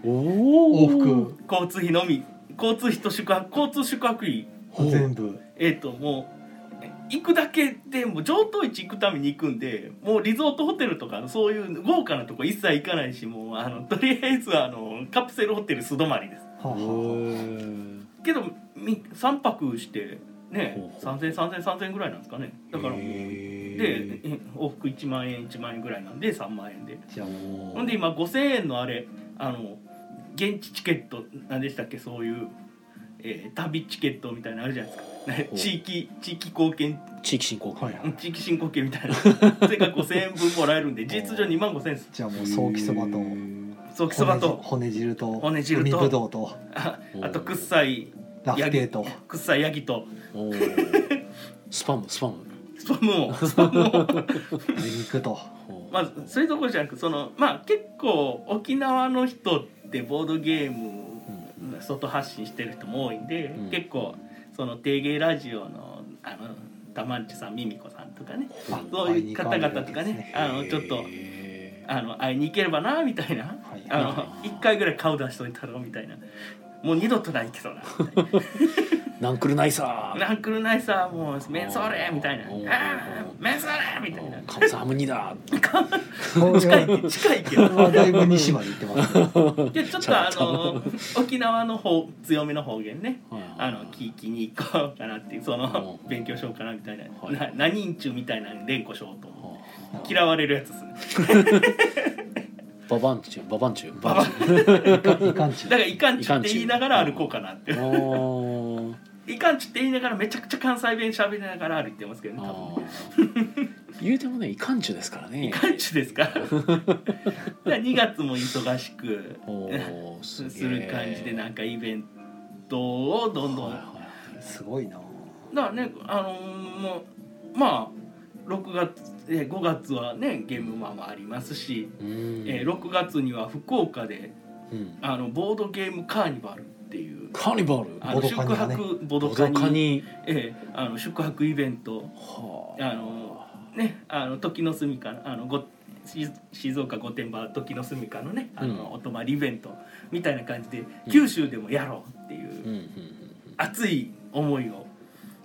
S1: おお
S2: 往復
S3: 交通費のみ交通費と宿泊交通宿泊費
S1: ほう
S2: 全部
S3: えっ、ともうえ行くだけでもう上等市行くために行くんでもうリゾートホテルとかそういう豪華なとこ一切行かないしもうあのとりあえずあのカプセルホテル素泊まりです
S2: は
S1: へ
S2: あは
S1: ー
S3: けど3泊してね
S1: ほうほう
S3: 300030003000ぐらいなんですかねだからもうで
S1: へー
S3: え往復1万円1万円ぐらいなんで3万円で
S2: あじゃあ
S1: おー
S3: ほんで今5,000円のあれあの現地チケット何でしたっけそういう、えー旅チケットみたいなのあるじゃないです
S1: ほ
S3: か
S1: う
S3: 地域地域貢献
S1: 地域振興
S2: はいはい
S3: 地域振興券 みたいなそれが5,000円分もらえるんで事実上2万5,000円です
S2: じゃあもうソーキそばと
S3: ソーキそばと
S2: 骨汁と
S3: 骨汁と
S2: 海ぶどうと
S3: ああとくっさい
S2: ラフテーと
S3: くっさいヤギと
S1: お ースパムスパム
S3: スパムをスパムを
S2: 鶏肉と
S1: ほう
S3: まあそれどころじゃなくそのまあ結構沖縄の人ってボードゲーム
S1: うん
S3: 外発信してる人も多いんで、
S1: うん
S3: 結構その定芸ラジオのあの玉内さんミミコさんとかね
S1: あ
S3: そういう方々とか
S2: 会いに行かれるんです
S3: ね
S2: ね
S3: あのちょっと
S1: へー
S3: あの会いに行ければなみたいな
S2: はい
S3: あ
S1: は
S3: の
S1: い
S3: 1回ぐらい顔出しといたろうみたいなもう二度とないけどなみたい
S1: なんくるないさ
S3: な「なんくるないさもうメンソーレ」みたいな「あ
S1: おー
S3: ーメンソーレ」みたいな
S1: カムサハムニだ
S2: これ
S3: 近い
S2: は
S3: けど近いけ
S2: これは
S3: ど
S2: だいぶ西まで行ってますね
S3: でちょっとあの沖縄の方強めの方言ね あの聞きに行こうかなっていうその
S1: うん
S3: 勉強しようかなみたいな、
S1: はい
S3: な何人中みたいなの連呼しようと思
S1: はあは
S3: う嫌われるやつですね
S1: あババンチュババンチュ
S3: バ
S1: バ
S3: バ
S1: バ
S3: ア
S1: ン
S3: だ
S1: チ
S2: いかんちゅう
S3: からいかんちゅって言いながら歩こうかなって
S1: ュおー
S3: いかんちゅって言いながらめちゃくちゃ関西弁喋りながら歩いてますけどね多分
S1: あ
S3: ね
S1: ー言うてもねいかんちゅですからね
S3: いかんちゅで すか2月も忙しく
S1: おー
S3: す
S1: すげ
S3: る
S1: え
S3: 感じでなんかイベントをどんどん
S1: はい
S3: だか
S1: は
S2: すごいな。
S3: らねあのーもうまあ6月えー5月はねゲームマンもありますし、
S1: いうん
S3: えー6月には福岡で
S1: うん
S3: あのボードゲームカーニバルっていう
S1: カーニバル
S3: あの
S2: ボド
S3: 宿
S2: カニがね
S3: 泊ボド
S1: ボ
S3: カ
S1: ド
S3: ニ
S1: カニ
S3: ええあの宿泊イベント
S1: は
S3: あのねあの時の住みかあのごし静岡御殿場時の住みかのねあの、
S1: うん
S3: お泊まりイベントみたいな感じで九州でもやろうっていう、
S1: うんうん
S3: 熱い思いを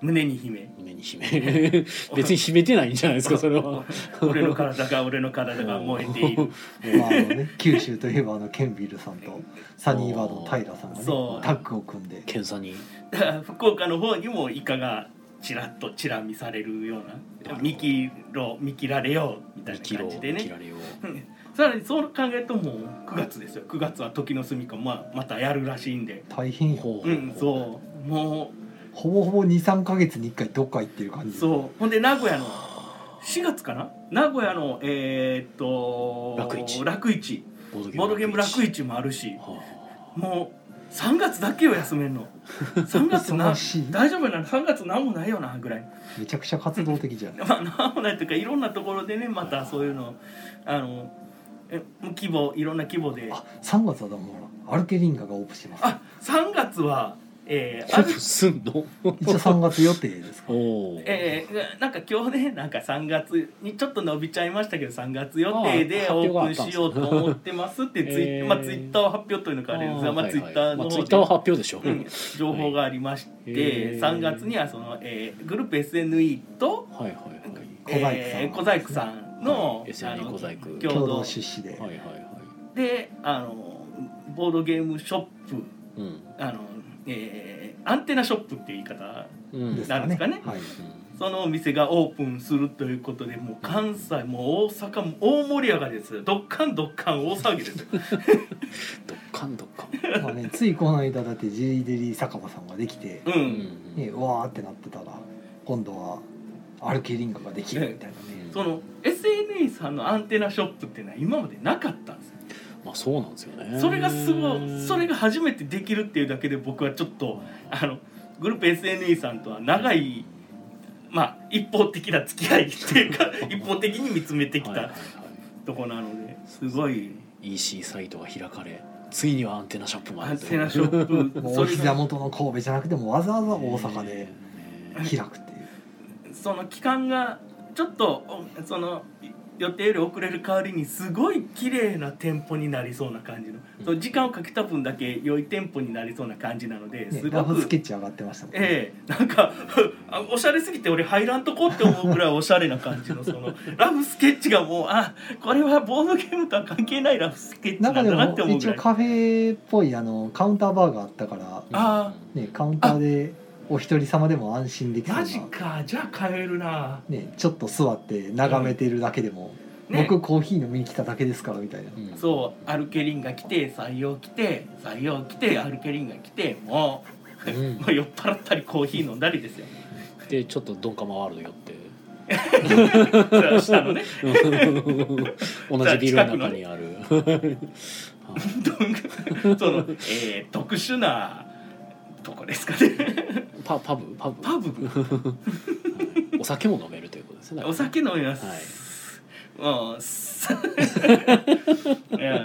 S3: 胸に秘 め
S1: うん目に秘め 別に秘めてないんじゃないですかそれは
S3: 俺の体が俺の体が燃えている
S2: まああの ね、九州といえばあのケンビルさんとサニーバードの平さんがね
S3: そう
S2: タッグを組んで
S1: 検査に
S3: だから 福岡の方にもイカがちらっとチラ見されるような見切ろう見切られようみたい
S1: 生き
S3: な
S1: ろ
S3: 感じで
S1: 生き
S3: ね
S1: られよう
S3: さらにそう考えるともう9月ですよ9月は時の住みかまあまたやるらしいんで
S2: 大変よ
S1: ほ
S3: うんそうも
S2: ほぼほぼ23か月に1回どっか行ってる感
S3: う
S2: じ
S3: そうほんで名古屋の4月かな名古屋のえーっと
S1: 楽市
S3: 楽市
S1: ボー
S3: ボードゲーム楽
S1: 位
S3: 市もあるし
S1: は
S3: もう3月だけを休めん の3月な
S2: 忙しい
S3: 大丈夫なの3月なんもないよなぐらい
S2: めちゃくちゃ活動的じゃん
S3: まあ なんもないというかいろんなところでねまたそういうのあのえ規模いろんな規模で
S2: あ3月はでもほらアルケリンガがオープンしてます
S3: あ3月はえー
S1: あ
S3: あ
S1: オ
S3: る
S1: ープンすんの
S2: 一応3月予定ですか
S1: おー
S3: えー、なんか今日ねなんか3月にちょっと伸びちゃいましたけど3月予定で
S1: ああ
S3: オ
S1: 発表があ
S3: ープ
S1: った
S3: ン
S1: んで
S3: し
S1: す
S3: ようと思ってますってツイ,、
S1: えー
S3: まあ、ツイッターを発表というのかあれですが、まあ、ツイッター
S1: ま
S3: の
S1: あツ
S3: 方
S1: イ
S3: で
S1: ッターは発表でしょ
S3: うん情報がありまして、
S1: えー
S3: 3月にはその、えーグループ SNE と、
S1: はいはい
S2: 小細工さん
S3: えー小細工さんの,、
S1: はい SNE
S3: あ
S1: 小
S3: の
S1: 細工
S3: 共
S2: 共同
S3: 同
S2: 出資で、
S1: はいはいはいはいは
S3: であのボードゲームショップ
S1: いうん
S3: あの、えーアンテナショップっていう言い方
S1: うん
S2: ですか
S3: な
S2: ね
S3: んですかね
S2: はい、
S3: そのお店がオープンするということでもう関西もう大阪も大盛り上がりですよどっかんどっかん大騒ぎですよ
S1: どっかんどっかん
S2: まあね、ついこの間だって J デリー酒場さんができて
S3: う、
S1: うんん
S2: ね、うわーってなってたら今度はアルケリンガができるみたいなね
S3: その SNE さんのアンテナショップっていうのは今までなかったんですよ
S1: まあそうなんですよね
S3: それがすごいそれが初めてできるっていうだけで僕はちょっとあのグループ SNE さんとは長いまあ一方的な付き合いっていうか一方的に見つめてき
S1: はいはい
S3: た
S1: は
S3: とこなのですごい
S1: い EC サイトが開かれついにはアンテナショップもあ
S3: ア
S1: る
S3: ン
S1: と
S3: テナショップ
S2: もう
S3: そ
S2: お
S3: れが
S2: 膝元の神戸じゃなくてもわざわざ大阪で開くっていう
S3: その期間がちょっとおそのい予定より遅れる代わりにすごい綺麗な店舗になりそうな感じの、
S1: うん
S3: その時間をかけた分だけ良い店舗になりそうな感じなので、
S2: ね
S3: す
S2: ラ
S3: ご
S2: フス
S3: く
S2: ケ。ッチ上がってましたもんね、
S3: ええなんか あおしゃれすぎて俺入らんとこって思うぐらいおしゃれな感じのそ のラフスケッチがもうあこれはボードゲームとは関係ないラフスケッチな
S2: なんん
S3: だ
S2: かで
S3: なって
S2: も
S3: 思うぐ
S2: 一
S3: ら
S2: 応
S3: い
S2: カフェっぽいあのカウンターバーがあったから、
S3: あ
S2: ね、カウンターでお一人様でも安心できそう
S3: マ
S2: な
S3: ジ、かじゃあ帰るな、
S2: ね、ちょっと座って眺めてるだけでも、
S3: ね、
S2: 僕コーヒー飲みに来ただけですからみたいな、
S3: そうアルケリンが来て採用来て採用来てアルケリンが来てもう,、
S1: うん
S3: もう酔っ払ったりコーヒー飲んだりですよ
S1: うんでちょっとドンカマワールド寄って
S3: 下のね
S1: 同じビルの中にある
S3: どんその、えー特殊なとこですかね
S1: パパブパブ
S3: パブ
S1: お酒も飲めるということですね
S3: お酒飲みます、
S1: はい
S3: もうすいや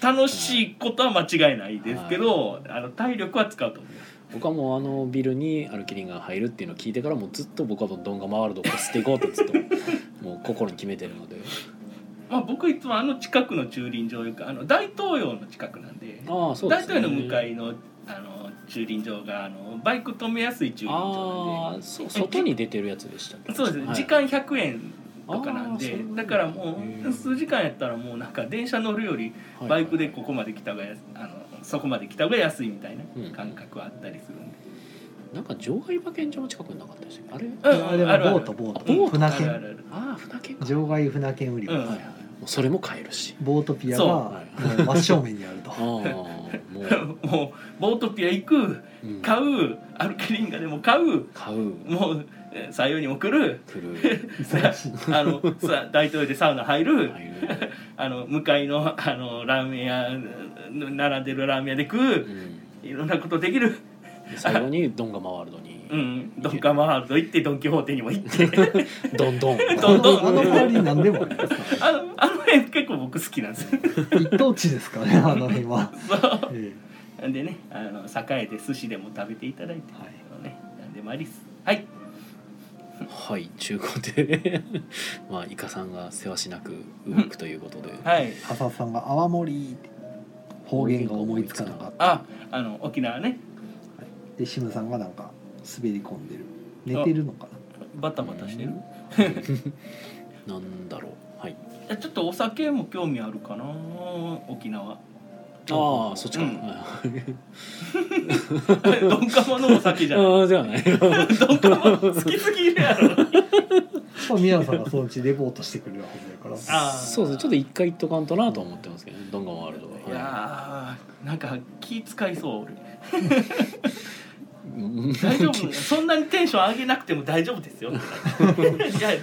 S3: 楽しいことは間違いないですけど、あの体力は使うと思います
S1: 僕はもうあのビルにアルキリンが入るっていうのを聞いてからもうずっと僕はもうドンが回るとこ吸っていこうとずっともう心に決めてるので
S3: まあ、僕いつもあの近くの駐輪場よくあの大東洋の近くなんで
S1: ああそうで
S3: 大
S1: す
S3: 統領の向かいのあの駐輪場があのバイク止めやすい駐輪場
S1: あ
S3: なん
S1: あそう外に出てるやつでしたっけ
S3: でそうですね
S1: はい
S3: 時間100円とかなん
S1: あーそ
S3: で
S1: うなんだ
S3: だからも
S1: へー
S3: う数時間やったらもうなんか電車乗るより
S1: はい
S3: バイクでここまで来た方が安あのそこまで来た方が安いみたい
S1: うん
S3: な感覚はあったりするんで
S1: なんか場外馬券場の近くになかったでしたっけあれ
S3: うん
S2: あれ
S3: あるあ
S2: はボ
S3: る
S2: ートボー
S1: あボ
S2: ト
S1: ート
S2: 船
S3: あるあ
S2: 券
S3: る
S1: ああ船券か
S2: 場外船券売り場、
S3: うん
S1: はいはいうそれも買えるし
S2: ボートピアが
S3: そう
S2: もう真正面にあると
S1: ああ もう、
S3: もうボートピア行く
S1: うん、
S3: 買うアルケリンガでも買う
S1: 買う
S3: もうえー採用にも来る
S1: 来る
S2: 忙しい
S3: あのさ大統領でサウナ入る
S1: 入る
S3: あの向かいのあのラーメン屋並んでるラーメン屋で食
S1: う
S3: うんいろんなことできる
S1: で最後にドンガマワールドに
S3: うんドンカマワールド行ってドン・キホーテにも行って
S1: どんどん
S2: あ
S3: どんどん
S2: のあの周り何でもありますか
S3: あのあの辺結構僕好きなんですよ
S2: ら一等地ですからねあの辺 は、
S3: そう
S2: え
S3: なんでねあの栄で寿司でも食べていただいて、
S2: はい
S3: ねなんでもありっすはい
S1: はい中古で まあイカさんがせわしなく動くということで、
S3: はい
S2: え、浅田さんが「泡盛」って方言が思いつかなかった
S3: ああの沖縄ね
S2: でシムさんがなんか滑り込んでる寝てるのかな
S3: バタバタしてる
S1: なんだろうはい
S3: いやちょっとお酒も興味あるかな沖縄
S1: ああそっちか、
S3: うん
S1: あ
S3: ドンカマのお酒じゃない
S1: あではない
S3: ドンカマ好きすぎるやろ
S2: まあ宮野さんがそのうちレポートしてくれるはずだから
S3: あー
S1: そうですねちょっと一回行っとかんとなとは思ってますけどねドンガマワールドはい
S3: やーなんか気使いそう俺
S1: うん
S3: 大丈夫そんなにテンション上げなくても大丈夫です よいや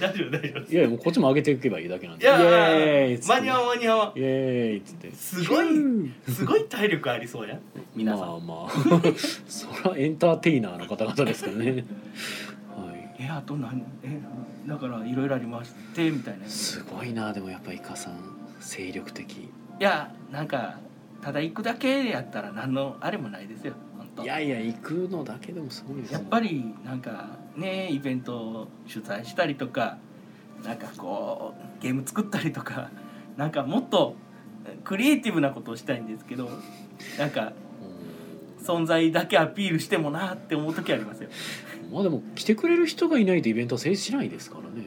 S3: 大丈夫大丈夫
S1: いやいやもうこっちも上げていけばいいだけなん
S3: い
S1: で
S3: や
S1: イエーイっ
S3: ー
S1: つって
S3: 間に合う間に合わ
S1: イエーイっつって
S3: んすごいすごい体力ありそうや皆さん、
S1: まあまあ そらエンターテイナーの方々ですからねはい
S3: えあと何えだからいろいろありましてみたいない
S1: すごいなでもやっぱイカさん精力的
S3: やなんかただ行くだけやったら何のあれもないですよ本当
S1: いやいや行くのだけでもすごいです
S3: やっぱりなんかねイベントを主催したりとかなんかこうゲーム作ったりとかなんかもっとクリエイティブなことをしたいんですけどなんか存在だけアピールしてもなって思う時ありますよ
S1: うんまあでも来てくれる人がいないとイベントは成立しないですからね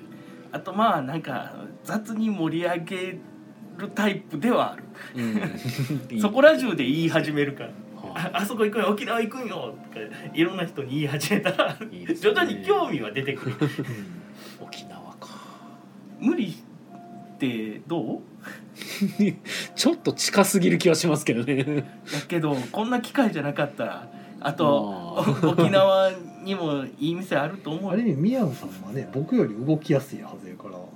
S3: あとまあなんか雑に盛り上げるタイプではある
S1: うん
S3: そこら中で言い始めるからあ
S1: は
S3: あそこ行くよ沖縄行くんよとかいろんな人に言い始めたら
S1: いいいですね
S3: 徐々に興味は出てくる
S1: 沖縄か
S3: 無理ってどう
S1: ちょっと近すぎる気はしますけどね
S3: だけどこんな機会じゃなかったらあと
S1: ま
S3: お沖縄にもいい店あると思
S2: あ
S3: う
S2: れに宮野さんはね僕より動きやすいはずやから
S1: も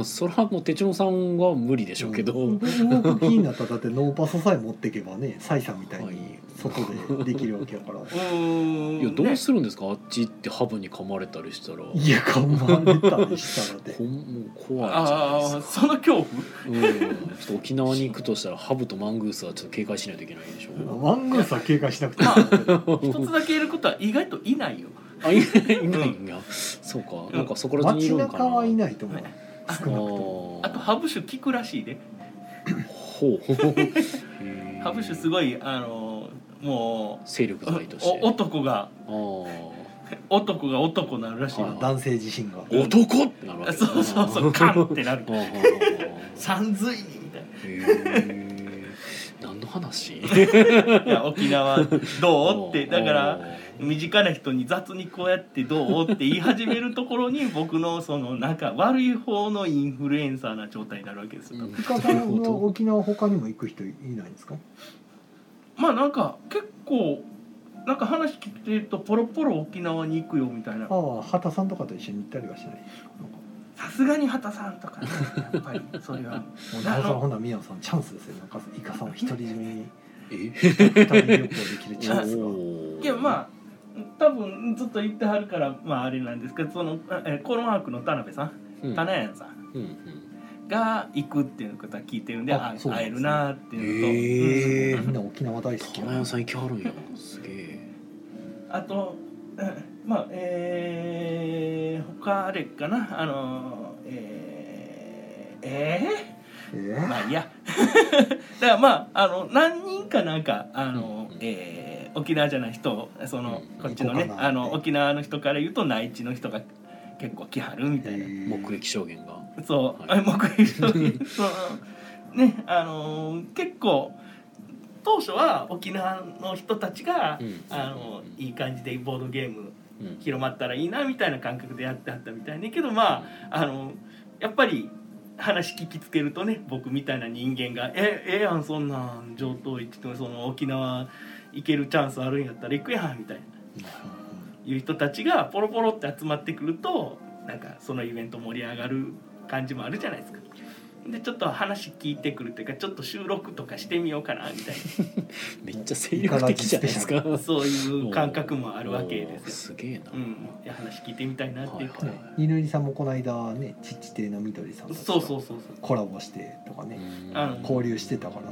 S1: うそれはもう手帳さんは無理でしょうけど、
S2: うん動く気になったらだってノーパスさえ持ってけば ねサイさんみたい
S1: はい
S2: に外でできるわけやから
S3: うーん
S1: いやどう
S3: ね
S1: するんですか、あっち行ってハブに噛まれたりしたら
S2: いやかまれたりしたら
S1: こ
S2: で
S1: んもう怖いじゃない
S3: あ
S1: です
S3: あ
S1: か
S3: その恐怖
S1: うんちょっと沖縄に行くとしたらハブとマングースはちょっと警戒しないといけないでしょう。
S2: ワングースは警戒しなくて
S3: ま
S2: も
S3: 一つだけいることは意外といないよ
S1: あいないいないんや。そうか。なんかそこら中にい
S2: 街
S1: るんか
S2: 中
S1: な。
S2: はいないと思う
S1: あ
S2: 少なくとも
S3: あとハブ酒聞くらしいで
S1: ほうほう。へー
S3: ハブ酒すごいあのも
S1: 精力
S3: う
S1: 剤として。
S3: お男が
S1: あー
S3: 男が男になるらしいよ
S2: 男性自身が
S1: 男ってなるわけだな。
S3: そうそうそうカンってなる
S1: あー。
S3: さんずいにみたい
S1: へー何の話？
S3: ないや沖縄どうってだから
S1: あー。
S3: 身近な人に雑にこうやってどうって言い始めるところに僕のそのなんか悪い方のインフルエンサーな状態になるわけですよ、
S1: うん
S2: イカさんの沖縄他にも行く人いない んですか
S3: まあなんか結構なんか話聞いてるとポロポロ沖縄に行くよみたいな
S2: ああ畑さんとかと一緒に行ったりはしない
S3: さすがに畑さんとかねやっぱりそれは
S2: もうなおさんほな宮野さんチャンスですよなんかイカさんを独り占めに
S1: え？
S2: 二人旅行できるチャンスが
S1: おー
S3: いやまあ多分ずっと言ってはるからまああれなんですけどそのえコロンワークの田辺さん
S1: うん
S3: 田辺さん
S1: うんうん
S3: が行くっていうことは聞いてるんで
S2: あ
S3: あ
S2: そうなん
S3: 会
S2: で
S3: え
S2: すね
S3: るなーっていうのと、
S1: へー
S2: みんな沖縄大好き
S1: 田中さん行きはるんや。すげえ。
S3: あと、 うんまあ、えー、他あれかな、あのー、えー、え
S2: え
S3: ー、まあいいや。 だからまあ、あの、何人かなんか、あの
S1: うんうん、
S3: えー、沖縄じゃない人、その
S1: うん、
S3: こっちのね
S2: 行こう、かな
S3: あ
S2: って
S3: の、沖縄の人から言うと、内地の人が結構来はるみたいな。
S2: え
S1: 目撃証言が。
S3: そう、
S1: はい
S3: 目撃証言 そのね、あのー、結構、当初は沖縄の人たちが、
S1: うん
S3: あのいい感じでボードゲーム
S1: うん
S3: 広まったらいいなみたいな感覚でやってはったみたいねんけどまああのやっぱり話聞きつけるとね僕みたいな人間が「えええやんそんなん上等行ってその沖縄行けるチャンスあるんやったら行くやん」みたいないう人たちがポロポロって集まってくるとなんかそのイベント盛り上がる感じもあるじゃないですか。でちょっと話聞いてくるっていうかちょっと収録とかしてみようかなみたい
S1: めっちゃ精力的じゃないですか
S3: な そういう感覚もあるわけ
S1: お
S3: ですよ。
S1: ーすげえな、
S3: うん、いや話聞いてみたいなっていうか、
S1: はい
S2: 犬入りさんもこの間ねちっち亭のみどりさんと
S3: そうそうそうそう
S2: コラボしてとかね
S1: うん
S3: あの
S2: 交流してたから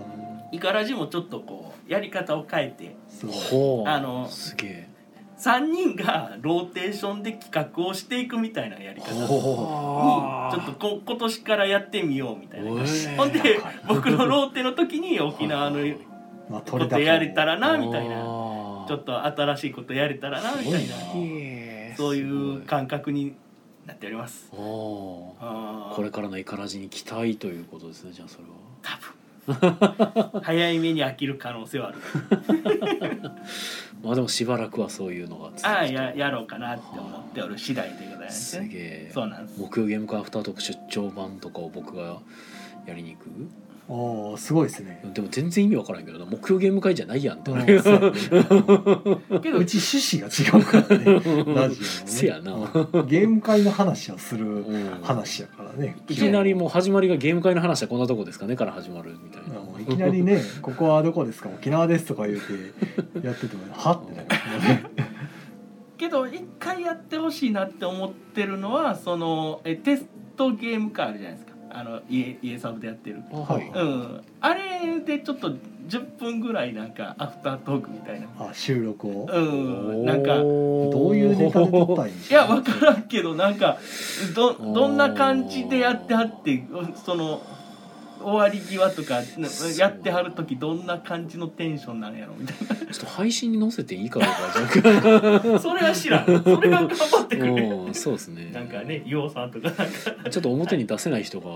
S3: イカラジもちょっとこうやり方を変えて
S2: すごい
S1: ほう
S3: あの
S1: すげえ
S3: 3人がローテーションで企画をしていくみたいなやり方にちょ
S2: ほ
S1: あー
S3: っとこ今年からやってみようみたい
S1: お
S3: な
S1: え
S3: ほんで僕のローテの時に沖縄の
S2: う まあ
S3: こ
S2: 取れ
S3: と
S2: た
S3: やれたらなみたい
S1: あ
S3: な
S1: ー
S3: ちょっと新しいことやれたらなみたいな
S2: すご
S1: いえ
S3: そういう
S1: す
S3: 感覚になっております
S1: ごいおー
S3: あー
S1: これからのイカラジに期待ということですねじゃあそれは
S3: 多分早い目に飽きる可能性はある
S1: まあでもしばらくはそういうのが続くと
S3: ああややろうかなって思っておる次第でございます
S1: す
S3: ね
S1: げえ
S3: そうなんです
S1: 木曜ゲームカーアフタートーク出張版とかを僕がやりに行く
S2: おおすごいですね
S1: でも全然意味わからんけどな木曜ゲーム会じゃないやんって
S2: うん
S1: な
S2: そ
S1: る
S2: うやね
S3: け
S2: う
S3: ど
S2: ち趣旨が違うからねラジオのね
S1: せやな
S2: うんゲーム会の話をする
S1: うん
S2: 話やからね
S1: いきなりもう始まりがゲーム会の話はこんなとこですかねから始まるみたいな
S2: もういきなりね「ここはどこですか沖縄です」とか言うてやっててもはってなりますね
S3: けど一回やってほしいなって思ってるのはそのえテストゲームかあるじゃないですかあの家家サブでやってる、
S1: あは
S2: う
S1: い
S3: うん、あれでちょっと10分ぐらいなんかアフタートークみたいな、
S2: あ収録を
S3: うん、なんか
S1: ど
S2: どういうネタで撮ったらいいんで
S3: い
S2: しょ
S3: や分からんけどなんかどどんな感じでやってはってその終わり際とかな
S1: そう
S3: やってはる時どんな感じのテンションなんやろみたい
S1: ちょっと配信に載せていいかどうかじゃな
S3: なそれは知らんそれは頑張って
S1: く
S3: くれ
S1: うんそうですね
S3: なんかね伊オさんとかなんか
S1: ちょっと表に出せない人が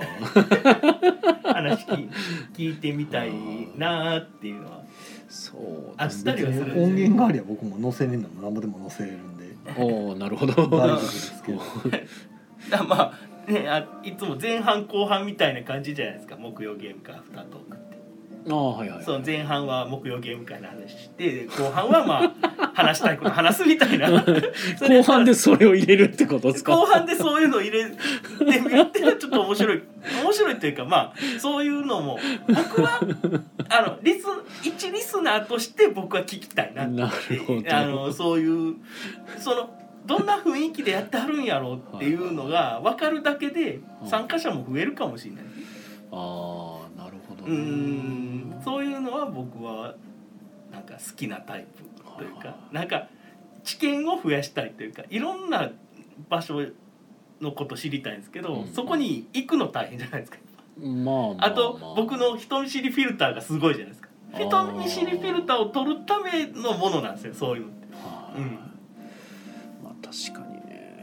S3: 話聞聞いてみたいなーっていうのは
S1: そう
S3: あ
S1: で
S3: っ
S1: す
S3: たりはする
S2: 音源がありゃ僕も載せれるのも何ぼでも載せれるんで
S1: おおなるほ
S2: 大丈
S1: ど
S2: 夫ですけど
S3: だまあねあいつも前半後半みたいな感じじゃないですか木曜ゲーム会アフタートークって
S1: ああはいはい
S3: その前半は木曜ゲーム会の話して後半はまあ話したいこと話すみたいなそれ
S1: 後半でそれを入れるってことですか
S3: 後半でそういうの入れてみるってのはちょっと面 白い面白いというかまあそういうのも僕はあのリス一リスナーとして僕は聞きたいなって
S1: なるほど
S3: あのそういうそのどんな雰囲気でやってはるんやろうっていうのが分かるだけで参加者も増えるかもしれない。
S1: ああなるほど
S3: う
S1: ね
S3: んそういうのは僕はなんか好きなタイプという
S1: は
S3: かなんか知見を増やしたいというかいろんな場所のこと知りたいんですけど、
S1: うん
S3: そこに行くの大変じゃないですか。
S1: まあまあ、まあ、
S3: あと僕の人見知りフィルターがすごいじゃないですか。
S1: あー
S3: 人見知りフィルターを取るためのものなんですよそういうのって。
S1: はい
S3: うん
S1: まあ確かにね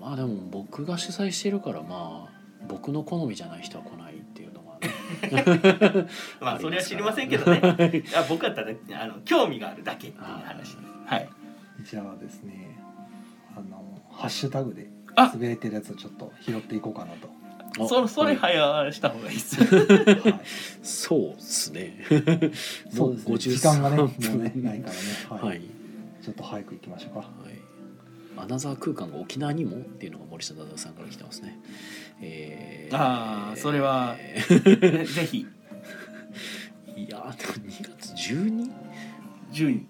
S1: まあでも僕が主催してるからまあ僕の好みじゃない人は来ないっていうのがね
S3: まあそれは知りませんけど
S1: あ
S3: ね
S1: り。ますから
S3: あ僕だったらあの興味があるだけっていう話です。はい。
S2: じゃあですねあのハッシュタグで
S3: あ
S2: 滑れてるやつをちょっと拾っていこうかなと、
S1: あ
S3: そそれ
S1: はい
S3: 早した方がいいで す。
S2: はい、
S1: そうですね
S2: そうです
S1: も
S2: ね
S1: 53
S2: 時間がねもう
S1: 分
S2: ねないからね、はい
S1: はい、はい
S2: ちょっと早く行きましょうか
S1: アナザー空間が沖縄にもっていうのが森下忠夫さんから来てますね。えー、
S3: あーそれは
S1: えー
S3: ぜひ
S1: いやーでも2月 12?
S3: 順位。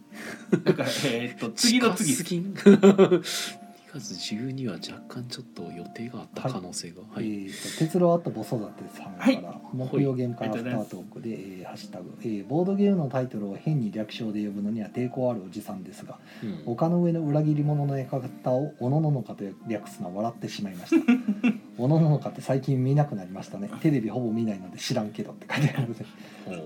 S3: だ からえーっと次の次
S1: 近すぎん 2月12は若干ちょっと予定があった可能性がは
S2: え
S1: い、
S2: ーと哲郎あったボソだってさんから、木曜ゲーム会ア
S3: はい
S2: フタートークで、えーハッシュタグ、えーボードゲームのタイトルを変に略称で呼ぶのには抵抗あるおじさんですが
S1: うん
S2: 丘の上の裏切り者の館を「おのののか」と略すのは笑ってしまいま した「おのののか」って最近見なくなりましたねテレビほぼ見ないので知らんけどって書いてあるんで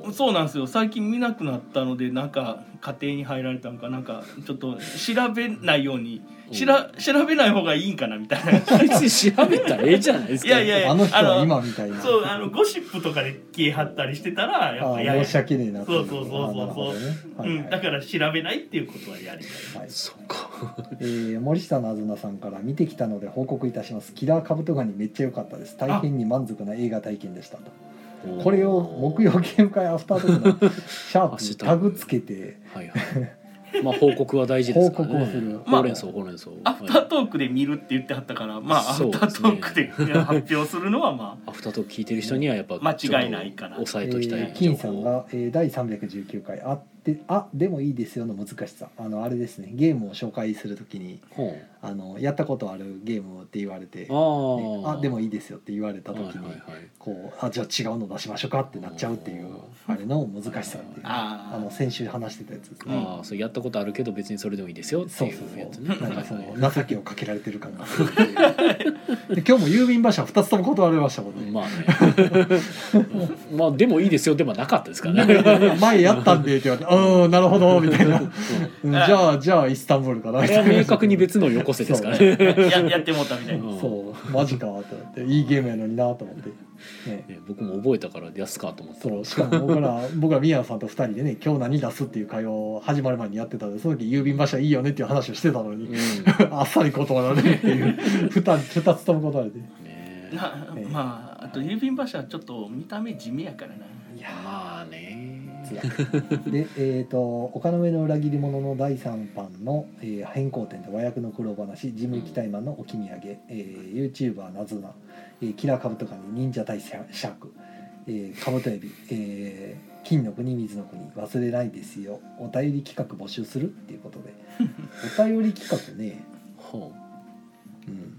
S1: ほう
S3: そうなんですよ最近見なくなったのでなんか家庭に入られたのかなんかちょっと調べないようにしら調べない方がいいんかなみたいな
S1: 別に調べたらええじゃないですか
S3: いやいや
S2: あの人は今みたいな
S3: そうあのゴシップとかで消え張ったりしてたらやっ
S2: あ
S3: ぱ
S2: ー
S3: やや
S2: 申し訳ねえなってい
S3: そうそうそうそう
S2: あーなるほどねは
S3: う
S2: い
S3: ん、だ
S2: はい
S3: から調べないっていうことはやりたい
S2: はい
S1: そうか
S2: えー森下のあずなさんから見てきたので報告いたしますキラーカブトガニめっちゃ良かったです大変に満足な映画体験でしたとこれを木曜ゲーム会アフタートー クのシャープにタグつけて
S1: はいはいまあ報告は大事ですからね
S2: 報告をする
S1: ほうれん草ほうれん草
S3: アフタートークで見るって言ってはったから、まあ、ア
S1: そう
S3: フ
S1: で
S3: タ
S1: すね
S3: ートークで発表するのは、ま
S1: アフタートーク聞いてる人にはやっぱ
S3: 間違いないから
S1: ちょっと押さ
S2: え
S1: えときたい
S2: ー金さんが、えー、第319回「あってあでもいいですよ」の難しさあのあれですねゲームを紹介するときに
S1: ほ
S2: あのやったことあるゲームって言われて
S1: う
S2: ね
S1: あ
S2: あ
S1: あ
S2: でもいいですよって言われた
S1: は
S2: 時
S1: い
S2: に、
S1: はいはい
S2: こうあじゃあ違うの出しましょうかってなっちゃうっていう
S3: うん
S2: あれの難しさっていう
S3: あ、
S2: あの先週話してたやつですね、
S1: ああそうやったことあるけど別にそれでもいいですよって
S2: そう
S1: い
S2: そう
S1: うやつ
S2: そう
S1: ね
S2: なんかそ
S1: はい
S2: の情けをかけられてる感がするっていうで今日も郵便馬車2つとも断られましたもんね、
S1: まあね うんまあでもいいですよでもなかったですからね
S2: 前やったんでって言われて「うんなるほど」みたいなうん「じゃあじゃあイスタンブールかな」
S1: あ
S2: み
S1: れ
S2: た
S1: はい
S2: な
S1: 明確に別のよこせですからね
S3: ややってもうたみ たいな。
S1: うん
S2: そうマジかってなっていいゲームやのになと思って、ね、
S1: ね僕も覚えたから出すかと思って
S2: そうしかも僕ら 僕ら宮野さんと2人でね今日何出すっていう会話を始まる前にやってたんでその時郵便馬車いいよねっていう話をしてたの
S1: うん
S2: に、
S1: ね
S2: あっさり断られるっていう 2, 二つとも断られて
S1: え
S3: なまあ、あと郵便馬車はちょっと見た目地味やからな。
S2: い
S1: まあね
S2: でえっ、と「丘の上の裏切り者」の第3版の、えー変更点で和訳の苦労話ジム・キタイマンの置き土産、えー、YouTuber なずな、えーキラーカブトガニ忍者対シャシャーク、えーカブトエビ、えー金の国水の国忘れないですよお便り企画募集するっていうことでお便り企画ね、
S1: ほ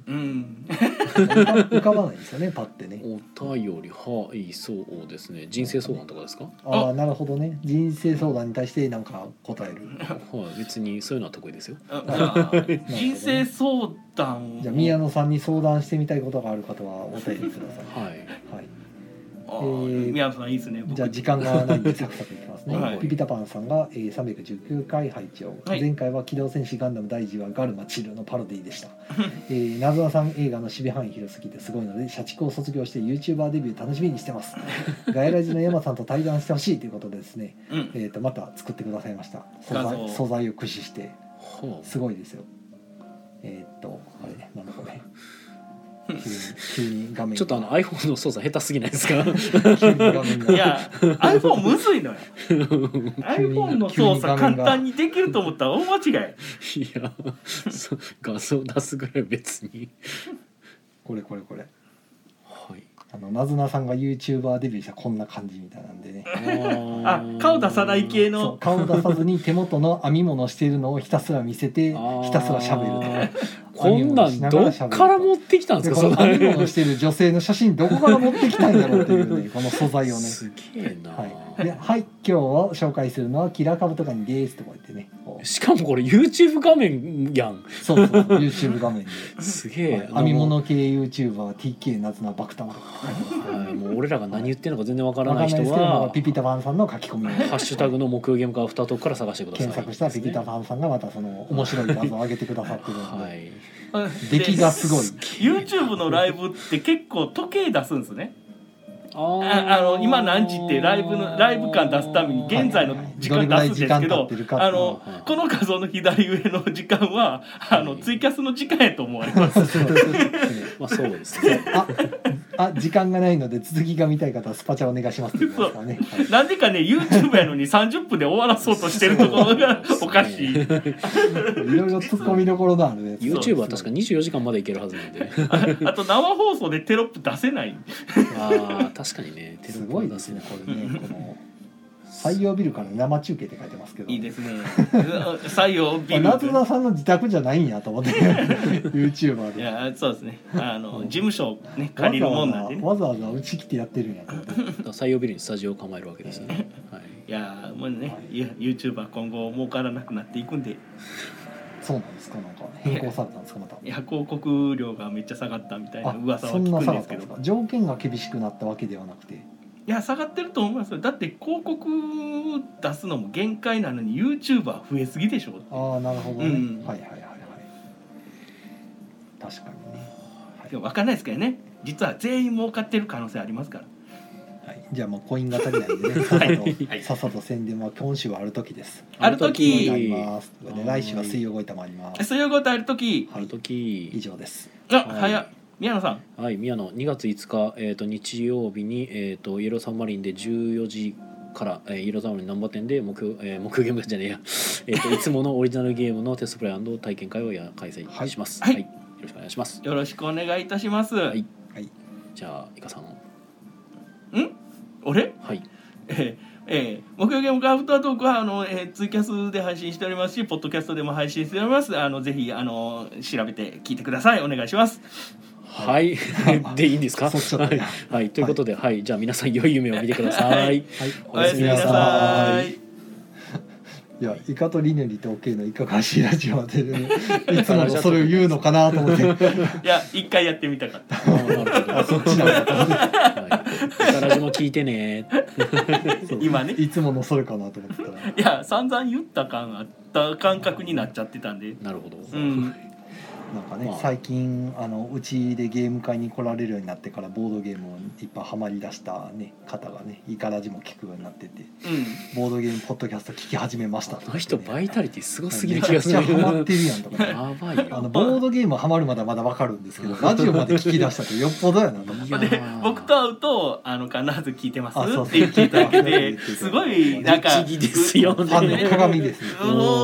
S2: うん、
S3: うん。
S2: 浮かばないですよねパッてね
S1: うお便りはいそうですね人生相談とかですか
S2: ああなるほどね人生相談に対してなんか答える
S1: はい別にそういうのは得意です よ
S3: あじゃあ、人生相談を。
S2: じゃあ宮野さんに相談してみたいことがある方はお便りください
S1: はい
S2: はい、
S3: あ
S2: えー
S3: 宮野さんいいですね。僕
S2: じゃあ時間がないんでサクサクいきますね、
S3: はい
S2: ピピタパンさんが、えー、319回拝聴、
S3: はい
S2: 前回は「機動戦士ガンダム第1話ガルマチル」のパロディ でしたえーなずなさん映画の守備範囲広すぎてすごいので社畜を卒業して YouTuber デビュー楽しみにしてます ガヤラジの山さんと対談してほしいということでですね、
S3: うん。
S2: えー、とまた作ってくださいました素
S3: 画像
S2: 材素材を駆使して
S1: は
S2: すごいですよえーっとあれなんだこ れ急に急に画
S1: あ
S2: 面
S1: ちょっとあの iPhone の操作下手すぎないですか
S2: 急に画面が
S3: いや iPhone むずい のよ iPhone の操作簡単にできると思ったら大間違い
S1: いやそ画像出すぐらい別に
S2: これこれこれ
S1: はい
S2: あのなずなさんが YouTuber デビューしたらこんな感じみたいなんでね
S3: あ顔出さない
S2: そう
S3: 系の
S2: 顔出さずに手元の編み物しているのをひたすら見せて
S1: あー
S2: ひたすら喋る
S1: こんなんどっから持ってきたん
S2: と
S1: です
S2: で
S1: か
S2: この
S1: それ
S2: 編み物している女性の写真どこから持ってきたんだろうっていう ねこの素材をね
S1: すげえな、
S2: はい、ではい今日を紹介するのは「キラカブとかにです」とか言ってねこう
S1: しかもこれ YouTube 画面やん
S2: そうそうそう YouTube 画面で、
S1: すげえ、
S2: はい編み物系 YouTuberTK 夏菜爆弾
S1: はい、もう俺らが何言ってるのか全然わか
S2: わからん
S1: な
S2: ない
S1: い
S2: です
S1: 人
S2: けどまあ
S1: は
S2: ピピタパンさんの書き込みを
S1: ハッシュタグの木曜ゲームカフタートークから探してください
S2: 検索したらピピタパンさんがまたその面白い画像を上げてくださってるので、
S1: はい
S2: 出来がすごい
S3: YouTube のライブって結構時計出すんですね
S1: あー
S3: ああの今何時ってライブのライブ感出すために現在の時間出すんですけ
S2: はいはいはいどれぐらい時間経
S3: ど
S2: ってるかってい
S3: あ
S2: うの
S3: の
S2: を
S3: この画像の左上の時間はあのツイキャスの時間やと思われます
S2: そうそうそう
S1: まあそうですね
S2: ああ時間がないので続きが見たい方はスパチャお願いしますって言いますからね、はい
S3: なんでかね YouTube やのに30分で終わらそうとしてるところがおかし い
S2: いろいろ突っ込みどころのあるね
S1: YouTube は確か24時間までいけるはず なんで
S3: ああと生放送でテロップ出せない
S1: あー確かにねテロ
S2: す
S1: ップ
S2: ご
S1: はい出
S2: です
S1: せな
S2: ね
S1: い
S2: これねこの採用ビルから生中継って書いてますけど
S3: いいですね。採用ビル。
S2: 夏田さんの自宅じゃないんやと思って YouTuber
S3: い
S2: で
S3: や、そうですね。あの、
S2: うん
S3: 事務所をね、借りるもんなんでね。
S2: わざわざわざうち来てやってるんやと思って
S1: 採用ビルにスタジオを構えるわけですね、はい、
S3: いや、もうね、ユーチューバー今後儲からなくなっていくんで。
S2: そうなんですかなんか変更されたんですかまた
S3: いや、広告料がめっちゃ下がったみたいな
S2: あ
S3: 噂は
S2: そんな
S3: 聞く
S2: 下が
S3: んで
S2: っ
S3: す
S2: た
S3: け
S2: んで
S3: ど
S2: す。か条件が厳しくなったわけではなくて
S3: いや、下がってると思いますよ。だって、広告出すのも限界なのに、ユーチューバー増えすぎでしょっていう。
S2: ああなるほどね、
S3: うん
S2: はいはいはいはい確かにね、
S3: でも、わかんないですけどね。実は全員儲かってる可能性ありますから。
S2: はいじゃあもうコインが足りないんで ねさっさと,、さっさと宣伝は今週はある時です。
S3: ある時
S2: あります。で来週は水曜ごいたもあります。
S3: 水曜ごとある時
S1: ある
S2: 以
S1: 時
S2: 上です。
S3: あ、
S1: はい
S3: 早っ宮野さん
S1: はい宮野2月5日、えー、と日曜日に、えー、とイエローサンマリンで14時から、えーイエローサンマリン難波店で木,、えー、木ゲームじゃねえや え ーといつものオリジナルゲームのテストプレイ体験会をや開催します、
S3: はい
S1: よろしくお願いします
S3: よろしくお願いいたします、
S1: い
S2: はい。
S1: じゃあイカさん
S3: 俺
S1: はい
S3: えーえー、木曜ゲームカフタートークはあの、えーツイキャスで配信しておりますしポッドキャストでも配信しておりますあのぜひあの調べて聞いてくださいお願いします
S1: はい でいいんですか
S2: そっちだ
S1: は
S2: っ
S1: い
S2: た、
S1: はい、ということで、はい、じゃあ皆さん良い夢を見てください
S2: はい。
S3: おやすみなさい
S2: いやイカとリヌリとオケイのいかがわしいラジオで、 ね、いつものそれを言うのかなと思って
S3: いや一回やってみたかった
S1: あーなるほど
S2: あそっちなんだ
S1: はい、ガラジも聞いてね
S2: そう
S3: 今ね
S2: いつものそれかなと思ってたら
S3: いや散々言った感あった感覚になっちゃってたんで
S1: なるほど、
S3: うん
S2: なんかね、
S1: まあ
S2: 最近あのうちでゲーム会に来られるようになってからボードゲームをいっぱいハマりだした、ね、方がねイカラジも聞くようになっててボードゲームポッドキャスト聞き始めました
S1: あの人バイタリティすごすぎ
S2: め
S1: る
S2: ち
S1: 気が
S2: ゃく
S1: す
S2: ち
S1: る
S2: ゃハマってるやんとか ね
S1: やばい
S2: あの
S1: よ
S2: ボードゲームハマるまだまだわかるんですけどラジオまで聞き出したってよっぽどやなと思っ
S1: い
S2: て
S1: や
S3: うん、で僕と会うと「あの必ず聞いてます」
S2: あそう
S3: って聞いただけ
S2: 聞いて
S3: で
S2: ます
S3: すごいなんか
S1: 律儀ですよね
S2: ファ ンの鏡ですね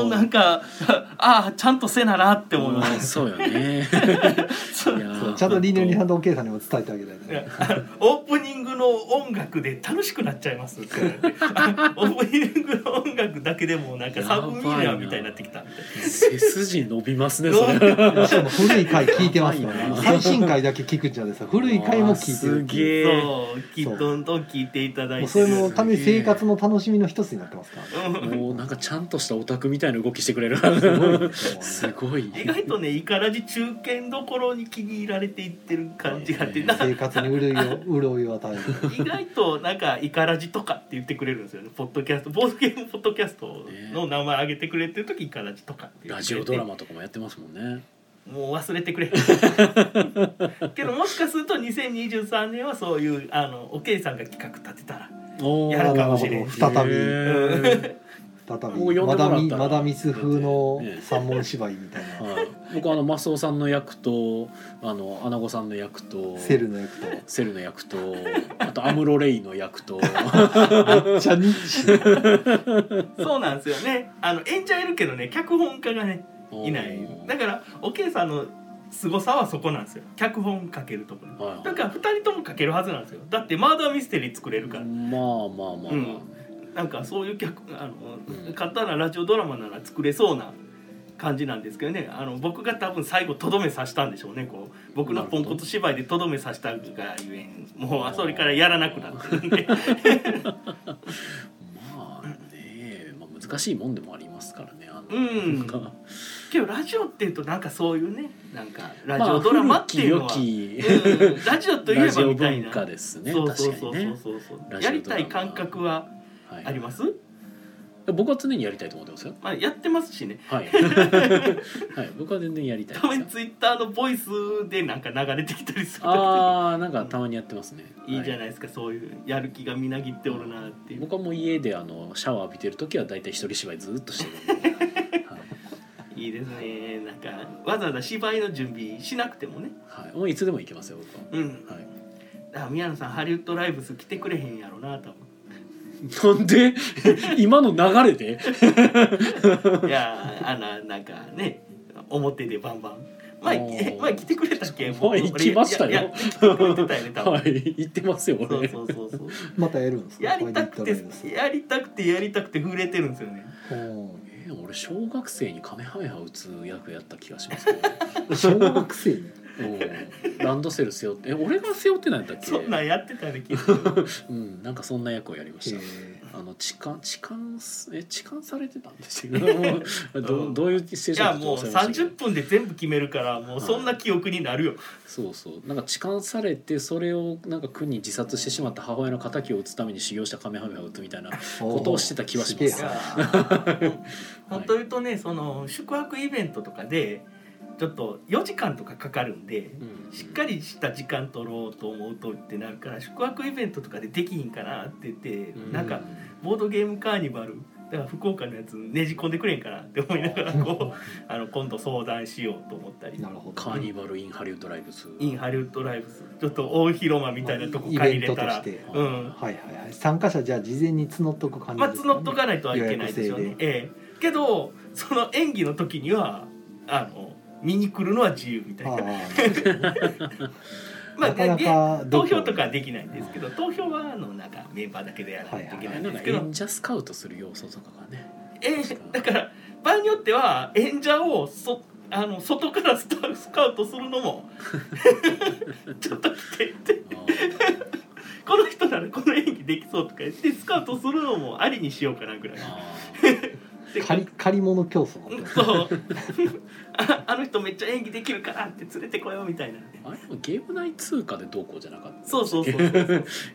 S3: うんなんかああちゃんとせななって思いま
S1: うん
S3: す
S1: そうよねいや ー
S2: ちゃんとリヌリハンドオケイさんにも伝えてあげたいね
S3: オープニングの音楽で楽しくなっちゃいますって言われてオープニングの音楽だけでもなんかサブミナーみたいになってきたみた
S1: 背
S3: い
S1: 筋伸びますね
S3: な
S1: それ
S2: しかも古い回聞いてます よ
S1: やばい
S2: ね
S1: な
S2: 最新回だけ聞くんじゃないですか古い回も聞いてるっていう
S1: す げえ
S3: そうきどんどん聞いていただい
S2: もう
S3: て
S2: それもために生活の楽しみの一つになってますから ね
S3: うん
S1: もうなんかちゃんとしたオタクみたいな動きしてくれる
S2: すごいです よ
S1: すごい
S3: 意外とねイカラジ中堅どころに気に入られていってる感じがあってな
S2: 生活に潤いを潤いを与える
S3: 意外となんか「イカラジ」とかって言ってくれるんですよねポッドキャストボードゲームポッドキャストの名前挙げてくれてる時「イカラジ」とかって言っ
S1: ラ
S3: てく
S1: ジ
S3: れ
S1: オ
S3: て
S1: ドラマとかもやってますもんね
S3: もう忘れ てくれけどもしかすると2023年はそういうあのおけいさんが企画立てたら、
S1: おー
S3: やるかもしれん
S1: なるほど
S2: 再び
S1: へーも
S2: 再
S1: う呼ん
S2: び
S1: でもら
S2: マ
S1: った
S2: ダ
S1: ら
S2: ミマダミス風の
S1: ね
S2: 三文芝居みたい な
S1: はい僕あのマスオさんの役とあのアナゴさんの役と
S2: セルの役と
S1: セルの役とあとアムロレイの役と
S2: めっちゃニッチな
S3: そうなんですよねあの演者いるけどね脚本家がね いないだからおけいさんの凄さはそこなんですよ脚本書けるところ
S1: はいはい
S3: だから2人とも書けるはずなんですよだってマーダーミステリー作れるから
S1: まあまあまあまあ、
S3: うんなんかそういう脚あの、
S1: うん
S3: 簡単なラジオドラマなら作れそうな感じなんですけどねあの僕が多分最後とどめ刺したんでしょうねこう僕のポンコツ芝居でとどめ刺したがゆえんもうそれからやらなくなってる んで
S1: まあね、まあ、難しいもんでもありますからねあの、
S3: うん
S1: なんか
S3: けどラジオっていうとなんかそういうねなんかラジオドラマっていうの
S1: ま
S3: は、
S1: あ古き良
S3: うん、ラジオと
S1: き
S3: いえ
S1: ラジオ
S3: ばみたい
S1: 文
S3: な
S1: 化ですね
S3: そうそう
S1: 確か
S3: そう
S1: に
S3: そう
S1: ね、
S3: そうそう、
S1: ラジオドラマ
S3: やりたい感覚は
S1: はい、
S3: あります、
S1: 僕は常にやりたいと思ってますよ
S3: まあ、やってますしね
S1: はい、はい、僕は全然やりた
S3: たま
S1: い
S3: に
S1: です
S3: ツイッターのボイスでなんか流れてきたりする時
S1: ああなんかたまにやってますね
S3: いいじゃ
S1: は
S3: ないですか、そういうやる気がみなぎっておるなっていう。
S1: 僕はもう家であのシャワー浴びてる時は大体一人芝居ずっとしてるんで、はい
S3: いいですね。なんかわざわざ芝居の準備しなくてもね。
S1: はい、もういつでも行けますよ僕
S3: うん。
S1: は、はい、
S3: あ宮野さんハリウッドライブス来てくれへんやろな多
S1: なん で今の流れで
S3: 分。いやーあのなんかね表でバンバン。前
S1: おー
S3: え前来てくれた っけ？
S1: 前行きましたよ
S3: いやいや来てくれてたよね多 分。
S1: はい行ってますよ
S3: そう
S1: 俺
S3: そうそうそう。
S2: またやるんですか
S3: やりたく
S2: これで言った
S3: てやりたくてやりたくて震えてるんですよね。
S2: らいいんで
S1: えー俺小学生にカメハメハ打つ役やった気がしますね
S2: すうん小学生 に
S1: うんランドセル背負ってえ俺が背負ってないんだっけ
S3: そんなんやってたねきっ と。
S1: うんなんかそんな役をやりました
S2: え
S1: あの痴漢痴漢すえ痴漢されてたんですけ どどうどういうシチュエーショ
S3: い
S1: ン
S3: や
S1: だったか
S3: もう
S1: 忘れました
S3: 三
S1: けど
S3: 十分で全部決めるからもうそんな記憶になるよ。
S1: そうそうなんか痴漢されてそれをなんか君に自殺してしまった母親の敵を打つために修行したカメハメハ打つみたいなことをしてた気はします
S2: すげえ
S3: いやー本当言うとねその宿泊イベントとかでちょっと4時間とかかかるんで
S1: うん
S3: しっかりした時間取ろうと思うとってなるから宿泊イベントとかでできひんかなって言ってなんかボードゲームカーニバルだから福岡のやつねじ込んでくれんかなって思いなが らこうあの今度相談しようと思ったり
S2: なるほど
S1: カーニバル・イン・ハリウッド・ライブズ
S3: インハリウッドライブスちょっと大広間みたいなとこ
S2: イ
S3: 借
S2: ベ
S3: り
S2: ント
S3: れた
S2: とし。
S3: ら
S2: て
S1: と
S3: うん、
S2: はいはいはい参加者じゃあ事前に募っとく感じ
S3: まあ
S2: です
S3: 募っとかないとはいけないでしょう
S2: 予
S3: ね
S2: 約。
S3: ええ、けどその演技の時にはあの見に来るのは自由みたい
S2: あ
S3: な。
S2: あ
S3: まあ
S2: なかなか
S3: で
S2: 度
S3: 投
S2: 胸
S3: 票とかはできないんですけど投票はあのなんかメンバーだけでやらないといけ
S1: あ
S3: な
S1: れ
S3: いん
S1: なん
S3: で
S1: か
S3: すけど、
S1: 演者スカウトする要素とかがね
S3: ええだから場合によっては演者をそあの外からスタスカウトするの もちょっと来てって
S1: あー
S3: この人ならこの演技できそうとか言ってスカウトするのもありにしようかなぐらい。
S1: あ
S3: で
S2: 借り 借り物 競争だった
S3: そうああの人めっちゃ演技できるからって連れてこようみたいな
S1: ーあれもゲーム内通貨でどうこうじゃなかった
S3: そうそうそう そう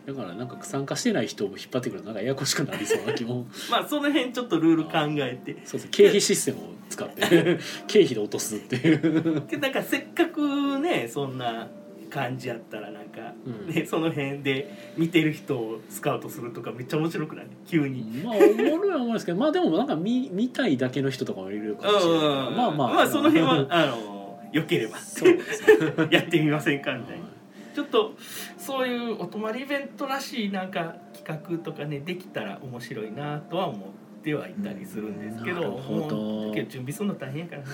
S1: だからなんか参加してない人を引っ張ってくるとなんかややこしくなりそうな気も
S3: まあその辺ちょっとルール考えて
S1: そうですね経費システムを使って 経費で落とすっていう
S3: でなんかせっかくねそんな感じやったらなんか、
S1: うん
S3: ね、その辺で見てる人をスカウトするとかめっちゃ面白くない急に。
S1: まあおもろいはおもろいですけどまあでもなんか見見たいだけの人とかもいるかもしれないからまあまあ
S3: まあその 辺はあの良ければ
S1: そうですね
S3: やってみませんかみたいな。
S1: は
S3: ちょっとそういうお泊まりイベントらしいなんか企画とかねできたら面白いなとは思ってはいたりするんですけど,
S1: なるほど
S3: もうけど準備するの大変やからな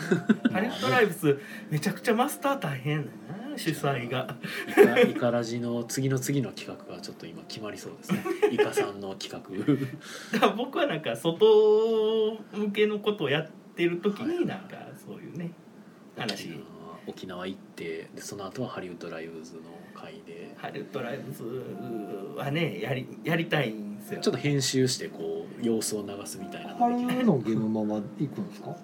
S3: ハリウッドライブスめちゃくちゃマスター大変だな主催が
S1: いイカイカラジの次の次の企画がちょっと今決まりそう ですねイカさんの企画
S3: だから僕はなんか外向けのことをやってる時になんかそういうね話
S1: 沖縄沖縄行ってでその後はハリウッドライブズの会で
S3: ハリウッドライブスはねやりやりたいんですよ
S1: ちょっと編集してこう様子を流すみたいな
S2: あ
S1: のできない
S2: れのゲームマは行くんですか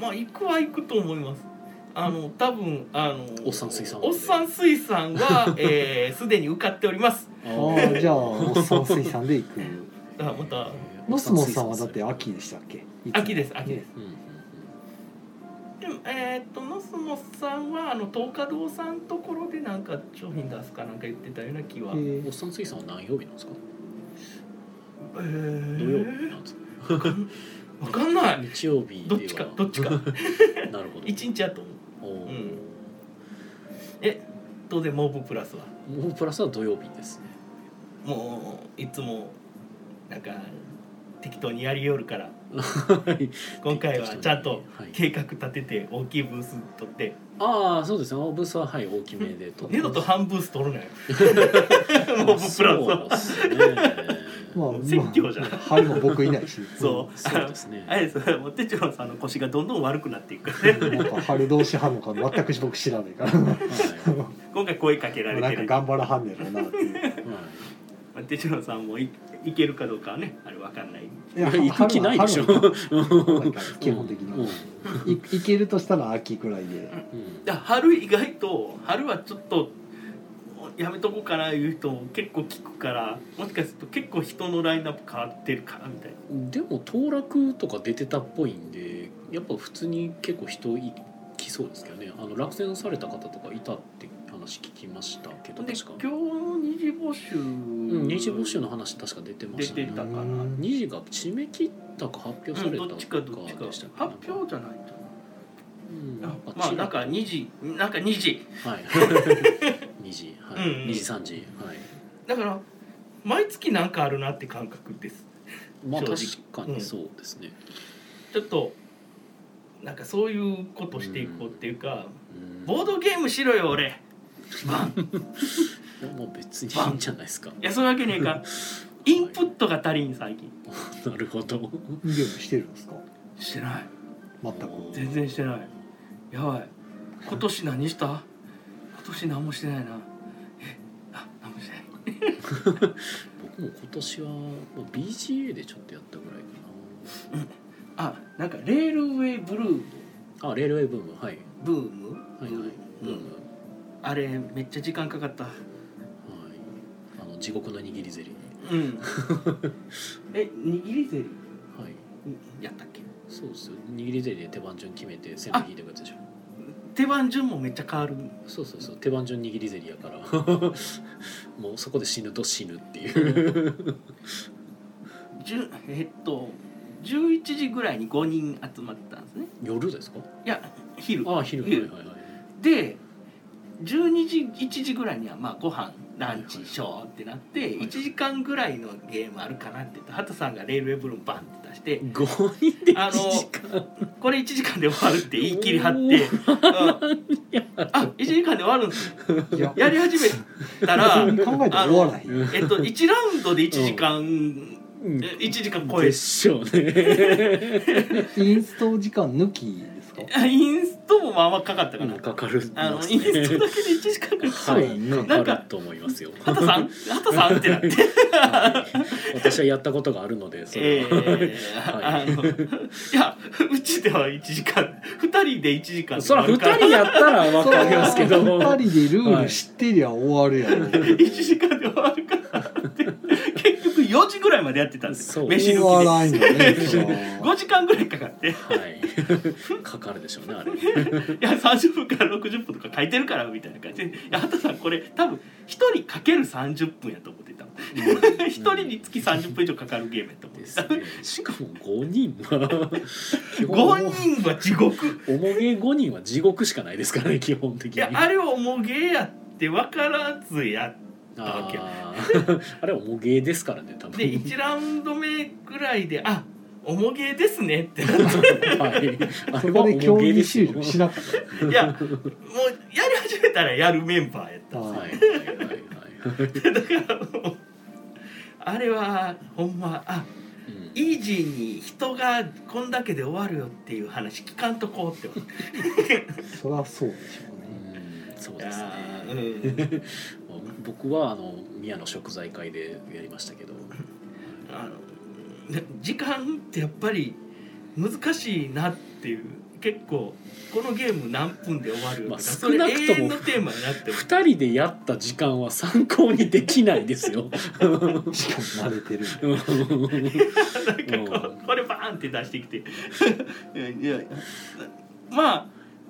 S3: まあ行くは行くと思います。あの多分あの
S1: おっさん水産は
S3: おっさん水産は えーすで、に受かっております。
S2: ああじゃあおっさん水産で行く
S3: だからまた
S2: ノスモさんはだって秋でしたっけいつ
S3: 秋です秋です。
S1: うんうんうん
S3: でもえーっとノスモさんはあの東華堂さんところでなんか商品出すかなんか言ってたような気は。
S2: え
S3: え
S1: お
S2: ー
S1: っさん水産は何曜日なんですか土曜日な
S3: ー
S1: んですか
S3: わかんない。
S1: 日曜日で
S3: ど
S1: は
S3: っちかどっ ちか
S1: なるほど
S3: 一日やと思う。
S1: おおー、
S3: うんえ当然モブプラスは
S1: もうプラスは土曜日ですね
S3: もういつもなんか適当にやりよるから
S1: はい
S3: 今回はちゃんと
S1: はい
S3: 計画立てて大きいブース取って
S1: ああそうですねブースははい大きめでと
S3: 二度と半ブース取るなよもうプラス
S1: そう
S3: は
S1: ですね
S2: まあ
S3: 説教じゃん
S2: はいもう僕いないし
S3: そう
S1: そうです ね
S3: あれですもう哲郎さんの腰がどんどん悪くなって いくからね
S2: なんか春同士派のか全く僕知らないか らな
S1: はいは
S3: 今回声かけられ
S2: ん
S3: て
S2: か
S3: る
S2: 頑張らはんねやろなっていう
S3: 哲郎さんもいいけるかどうかはねあれわかんな
S2: い
S3: い
S1: いいや行く気ないでしょ
S2: 春は
S1: う
S2: 春は基本的
S1: んう
S2: にい行けるとしたら秋くらいで
S1: ん
S3: だ春意外と春はちょっとやめとこうかないう人も結構聞くからもしかすると結構人のラインナップ変わってるかなみたいな
S1: でも当落とか出てたっぽいんでやっぱ普通に結構人いきそうですけどねあの落選された方とかいたって話聞きましたけど
S3: で
S1: 確か
S3: 今、日の二次募集、
S1: うん、二次募集の話確か出てました
S3: 出てたかな
S2: うん
S1: 二次が締め切ったか発表さ
S3: うん
S1: れた
S3: どっちかどっちか
S1: でしたっけ
S3: 発表じゃないと
S1: うん
S3: あ
S1: あ
S3: まあ
S1: ちら
S3: なんか2時なんか2時
S1: はい 二時は
S3: うんうん
S1: い二時三時はい
S3: だから毎月なんかあるなって感覚です
S1: まあ
S3: 正
S1: 確
S3: 直
S1: かにそうですね
S3: ちょっとなんかそういうことしていこうっていうか、
S1: うん
S3: ボードゲームしろよ俺バン
S1: いやもう別にいいんじゃないですか
S3: いやそういうわけねえ かインプットが足りん最近
S1: なるほど
S2: ゲームしてるんですか
S3: してない
S2: 全く
S3: 全然してないやばい今年何した今年何もしてないなえあ何もしてない
S1: 僕も今年はまあ BGA でちょっとやったぐらいか
S3: あなんかレールウェイブルー
S1: なあレールウェイブームはい
S3: ブーム
S1: はいはいブーム
S3: あれめっちゃ時間かかった
S1: はいあの地獄の握りゼリー
S3: うん え握りゼリ
S1: はい
S3: ーやったっけ
S1: そうですよ握りゼリーで手番順決めて線引いてくやつでしょ
S3: 手番順もめっちゃ変わる
S1: そうそうそう手番順握りゼリやから もうそこで死ぬと死ぬっていう
S3: じゅえっと11時ぐらいに5人集まったんですね
S1: 夜ですか
S3: いや昼
S1: ああ昼はいはいはい
S3: で12時1時ぐらいにはまあご飯ランチショーってなって
S1: いはい
S3: 1時間ぐらいのゲームあるかなって言って畑さんがレールウェブロンバンって出して
S1: 5人で
S3: あの
S1: 1時間
S3: これ1時間で終わるって言い切り張って、うん、あ1時間で終わるんです
S2: いや
S3: やり始めたら
S2: 普通に考えたら終わらへん
S1: あの
S3: えっと1ラウンドで1時間、
S1: うん
S3: え1時間超え
S1: で
S3: て
S1: しょうね
S2: インスト時間抜きですか
S3: あインストもまあまあかかったかな
S1: なんかかるんですね
S3: あのインストだけで1時間ぐらいかか
S1: は
S3: る
S1: い
S2: なん
S3: か
S1: かかると思いますよ
S3: 畑さん畑さんってなって
S1: はい私はやったことがあるのでそれ
S3: え
S1: は、
S3: え
S1: は
S3: あのいやうちでは1時間2人で1時 間
S1: そら
S3: 終
S1: 2
S3: わるから
S1: 人やったら分かりますけど
S2: 2人でルール知ってりゃ終わるやろ、
S3: 1時間で終わるからって結局4時ぐらいまでやってたんです
S1: そ
S3: よ
S1: う
S3: 飯
S2: 終わ
S3: 抜
S2: らんよねそ れ
S3: きで
S2: は
S3: 5時間ぐらいかかってい
S1: はい かかるでしょうねあれ
S3: や30分から60分とか書いてるからみたいな感じでいや畑さんこれ多分1人かける30分やと思ってた1 人につき30分以上かかるゲームやと思っ
S1: で
S3: て
S1: す
S3: た
S1: ねしかも5人は基本
S3: 5人は地獄
S1: おもげ5人は地獄しかないですからね基本的
S3: い
S1: に
S3: やあれはもうゲーやって分からずやっ
S1: あー あれはおもげですからね多分
S3: で1ラウンド目ぐらいで「あおもげですね」ってなっ
S1: はいあ
S2: そ
S1: れはお
S2: こで競
S1: もげ
S2: 技
S1: です
S2: 終
S1: よ
S2: 了しなかった
S3: ていやもうやり始めたらやるメンバーやった
S1: はい
S2: あ
S1: はいはいはい
S3: だからもうあれはほんまあ
S1: うん
S3: イージーに人がこんだけで終わるよっていう話聞かんとこうって思って
S2: そりゃそうでしょうね
S1: うんそう
S3: い
S1: で
S3: や
S1: すね
S3: ーうん
S1: 僕はあの宮の食材会でやりましたけど
S3: あの時間ってやっぱり難しいなっていう結構このゲーム何分で終わるよとか、
S1: まあ
S3: それ
S1: 少なくとも
S3: 永遠のテーマになってる
S1: 2人でやった時間は参考にできないです よ。
S2: しかも慣れてる
S3: なんかこうこれバーンって出してきていやいやまあ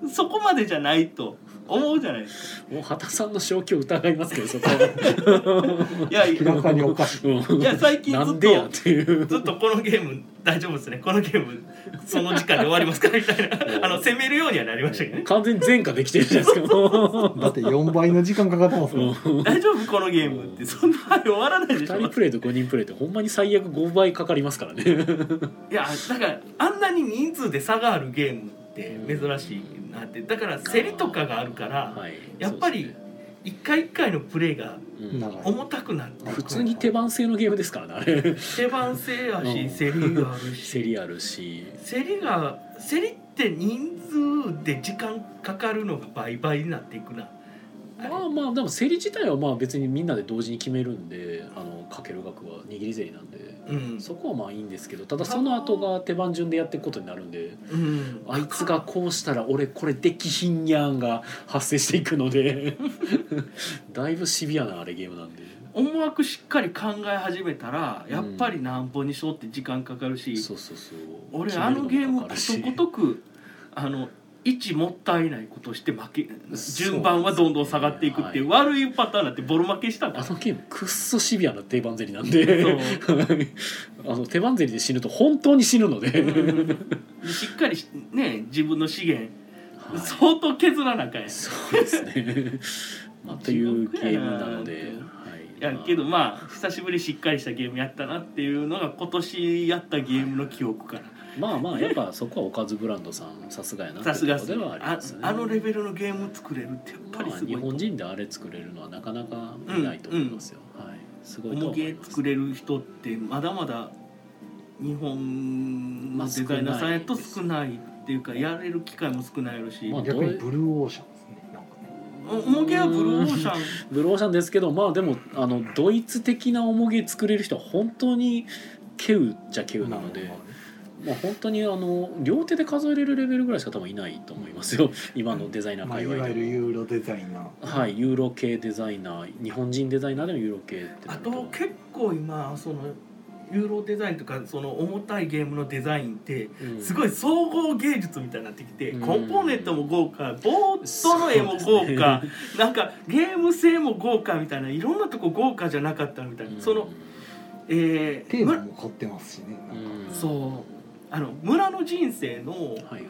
S3: そこまでじゃないと思うじゃないです
S1: もう畑さんの正気を疑いますけどそこは。
S3: かいやい
S2: 明ら
S3: や
S2: かにおかしい
S3: いや最近
S1: な
S3: ずっ
S1: んでやっ
S3: と
S1: ていう。
S3: ずっとこのゲーム大丈夫ですねこのゲームその時間で終わりますからみたい なあの攻めるようにはなりましたけどね
S1: 完全に前科できてるじゃないですか。も
S2: だって4倍の時間かかってますもん
S1: 2
S3: 大丈夫このゲームってそんな早く終わら ないでしょ
S1: 人プレイと5人プレイってほんまに最悪5倍かかりますからね。
S3: いやだからあんなに人数で差があるゲームって珍しいなってだから競りとかがあるから
S1: はい
S3: やっぱり一回一回のプレイが
S1: そうですねうん
S2: 長い
S3: 重たくなって
S1: 普通に手番制のゲームですからねあれ。
S3: 手番制や
S1: う
S3: し
S1: ん
S3: 競りがある
S1: セ
S3: し
S1: リあるし。
S3: 競りが競りって人数で時間かかるのが倍々になっていくなあれ
S1: まあまあでも競り自体はまあ別にみんなで同時に決めるんであのかける額は握り競りなんで。
S3: うん
S1: そこはまあいいんですけどただその後が手番順でやっていくことになるんで
S3: うん
S1: あいつがこうしたら俺これできひんやんが発生していくので だいぶシビアなあれゲームなんで
S3: 思惑しっかり考え始めたらやっぱりなんぼにしようって時間かかるし、
S1: そうそうそう
S3: 俺
S1: 決
S3: あ
S1: める
S3: の
S1: も
S3: ゲー
S1: か
S3: ム
S1: か
S3: こ
S1: るし
S3: とごとくあの一もったいないことして負け
S1: そう
S3: 順番はどんどん下がっていくっていう悪いパターンだってボロ負けしたんだ
S1: あのゲームくっそシビアな定番競りなんであの手番競りで死ぬと本当に死ぬので、
S3: うん しっかりしね自分の資源
S1: はい
S3: 相当削らなあかんやん
S1: そうですねまあというゲームなので
S3: 地獄やな
S1: はい
S3: やけどまあ久しぶりにしっかりしたゲームやったなっていうのが今年やったゲームの記憶から
S1: まあまあやっぱそこはおかずブランドさんさすがやなって
S3: さすがっ
S1: と
S3: す
S1: こ
S3: ね
S1: ろではあり
S3: あ
S1: ますね
S3: あのレベルのゲーム作れるってやっぱり
S1: まあ
S3: すご
S1: 日
S3: いと思う
S1: 本人であれ作れるのはなかなかいないと思いますよ、はいすごいと
S3: 重
S1: 思い
S3: げ
S1: ます
S3: 作れる人ってまだまだ日本のデザイナーさんやと少ないっていうかやれる機会も少ないやろし、
S1: まあ
S2: 逆にブルーオーシャンですねなんかね
S3: 重げはブルーオーシャン
S1: ブルーオーシャンですけどまあでもあのドイツ的な重げ作れる人は本当に稀有っちゃ稀有なので、まあ、本当にあの両手で数えれるレベルぐらいしか多分いないと思いますよ今のデザイナー
S2: まあ、
S1: 界
S2: い
S1: 隈では
S2: わゆるユーロデザイナー
S1: はい、ユーロ系デザイナー日本人デザイナーでもユーロ系ってな
S3: あ
S1: ると
S3: と結構今そのユーロデザインとかその重たいゲームのデザインって
S1: うん
S3: すごい総合芸術みたいになってきて、
S1: うん
S3: コンポーネントも豪華ボードの絵も豪華、なんかゲーム性も豪華みたいないろんなとこ豪華じゃなかったみたいな、その、えー
S2: テーマ
S3: む
S2: も凝ってますしねなん
S1: う
S2: か、
S1: ん
S3: そうあの村の人生の、
S1: はいはい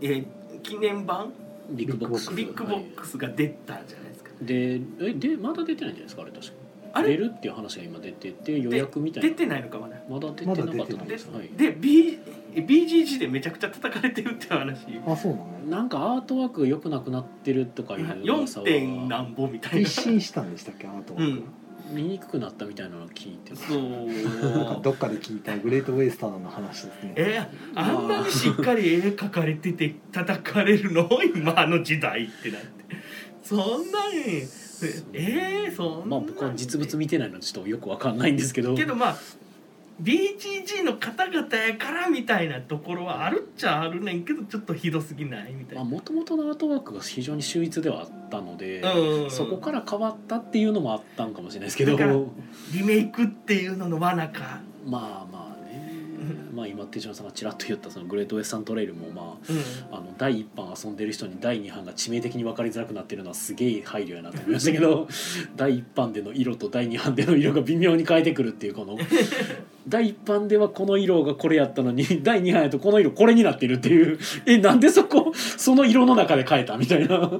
S3: えー記念版
S1: ビッグボックス
S3: ビッグボックスが出たじゃないですか、
S1: はいでえでまだ出てないんじゃないですかあれ確か
S3: あ
S1: 出
S3: れ
S1: るっていう話が今出てて予約みたいな
S3: 出てないのかまだ
S1: まだ出てなかったと思うん
S3: で
S1: です、はい、
S3: で、B、BGG でめちゃくちゃ叩かれてるっていう話
S2: あそうなのね
S1: なんかアートワークが良くなくなってるとか いう噂
S3: 4
S1: は
S3: 点なんぼみたいな
S2: 一
S3: そ
S2: 新したんでしたっけあなたは、
S3: うん
S1: 見にくくなったみたいなのを聞いてます
S2: なんか
S3: う
S2: どっかで聞いたグレートウェイスターの話ですね
S3: えあんなにしっかり絵描かれてて叩かれるの今あの時代ってなってそんなにえー、そん
S1: ま
S3: な
S1: あ
S3: に
S1: 僕は実物見てないのでちょっとよくわかんないんですけど
S3: けどまあ BGG の方々やからみたいなところはあるっちゃあるねんけどちょっとひどすぎないみたいな、
S1: もともとのアートワークが非常に秀逸ではあったので、
S3: うん
S1: そこから変わったっていうのもあったんかもしれないですけど
S3: だからリメイクっていうのの罠か、
S1: まあまあ ねまあ今手嶋さんがちらっと言ったそのグレートウェスタントレイルもまあ
S3: うん、
S1: あの第1版遊んでる人に第2版が致命的に分かりづらくなってるのはすげえ配慮やなと思いましたけ ど第1版での色と第2版での色が微妙に変えてくるっていう この第1版ではこの色がこれやったのに第2版やとこの色これになってるっていうえなんでそこその色の中で変えたみたいな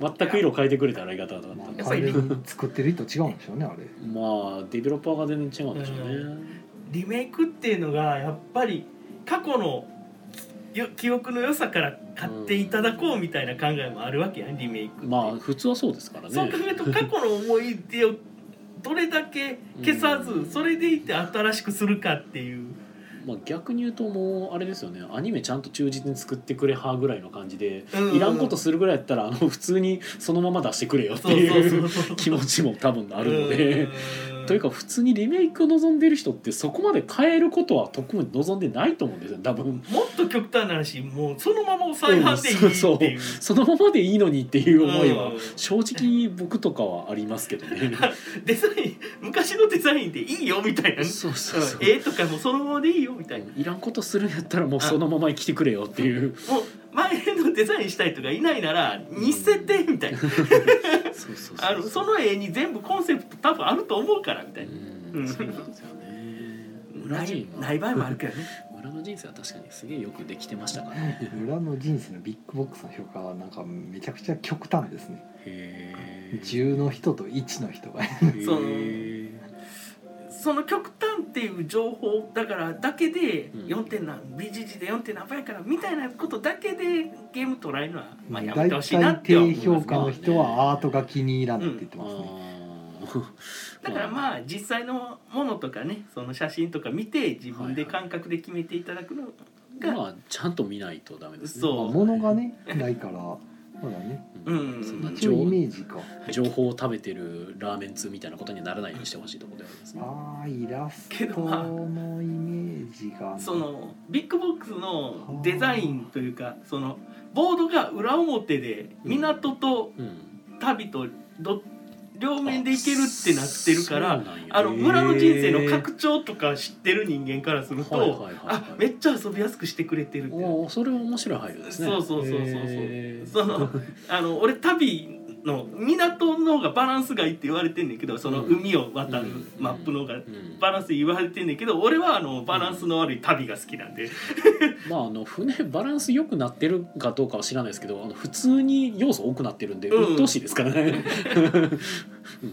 S1: 全く色変えてくれたらありがたかったな
S2: ま
S1: と
S2: あ
S3: やっぱ
S2: 完
S3: り
S2: 全に作ってる人違うんでしょうねあれ
S1: まあデベロッパーが全然違うんでしょうね、
S3: リメイクっていうのがやっぱり過去のよ記憶の良さから買っていただこうみたいな考えもあるわけやんリメイクって、
S1: まあ普通はそうですからね
S3: そう考えると過去の思い出をどれだけ消さ
S1: う
S3: ず
S1: ん
S3: それでいて新しくするかっていう
S1: まあ、逆に言うともうあれですよねアニメちゃんと忠実に作ってくれはぐらいの感じで、
S3: うん
S1: いらんことするぐらいやったらあの普通にそのまま出してくれよって
S3: そうそう
S1: い
S3: そううそ う
S1: 気持ちも多分あるの
S3: う
S1: で。
S3: ん
S1: というか普通にリメイクを望んでる人ってそこまで変えることは特に望んでないと思うんですよ多分
S3: もっと極端な話もうそのまま再販でいい
S1: うんそう
S3: っていう。
S1: そのままでいいのにっていう思いは
S3: うん
S1: 正直僕とかはありますけどね
S3: デザイン昔のデザインでいいよみたいな
S1: そうそうそう
S3: うん絵とかもそのままでいいよみたいな。
S1: いらんことするんやったらもうそのまま生きてくれよっていう
S3: もう前のデザインしたい人がいないなら似せてみたいな、
S1: そうそうそう
S3: あのその絵に全部コンセプト多分あると思うからみたいな、
S1: う
S3: うんん
S1: そうなんですよね
S3: な
S1: 村
S3: い
S1: 人
S3: ない場合もあるけどね
S1: 村の人生は確かにすげえよくできてましたからね
S2: 裏の人生のビッグボックスの評価はなんかめちゃくちゃ極端ですね
S1: へえ
S2: 10の人と1の人が
S3: そのその極端っていう情報だからだけで
S1: うん
S3: 4点何 BGG で4点何倍やからみたいなことだけでゲーム捉えるのはまあやめ
S2: 大
S3: てほしいな
S2: 体
S3: って思
S2: 低
S3: う
S2: 評価の人はアートが気に入らないって言ってますね、
S3: だからまあ実際のものとかねその写真とか見て自分で感覚で決めていただくのが、
S1: まあちゃんと見ないとダメですね
S3: そう
S2: まあ、物がねないからそうだね
S3: うん
S1: そんな
S2: 一応イメ
S1: 情
S2: ージか
S1: 情報を食べてるラーメン通みたいなことにならないようにしてほしいところではありますね
S2: あーイラス
S3: け
S2: ト
S3: どまあ
S2: のイメージが、ね、
S3: そのビッグボックスのデザインというかそのボードが裏表で港と
S1: うん
S3: 旅とど両面でいけるってなってるから
S1: そうなんや
S3: あの村の人生
S1: へ
S3: の
S1: ー
S3: 拡張とか知ってる人間からする
S1: はいはいは
S3: と
S1: いはい
S3: あめっちゃ遊びやすくしてくれてるって
S1: おーそれは面白い配慮ですね
S3: そうそうそうそうそう
S1: へー
S3: その あの俺旅の港の方がバランスがいいって言われてんねんけどその海を渡る
S1: うん
S3: マップの方が
S1: うん
S3: バランスいい言われてんねんけど俺はあのバランスの悪い旅が好きなんで
S1: まあ、あの船バランス良くなってるかどうかは知らないですけどあの普通に要素多くなってるんで
S3: うん
S1: 鬱陶しいですからね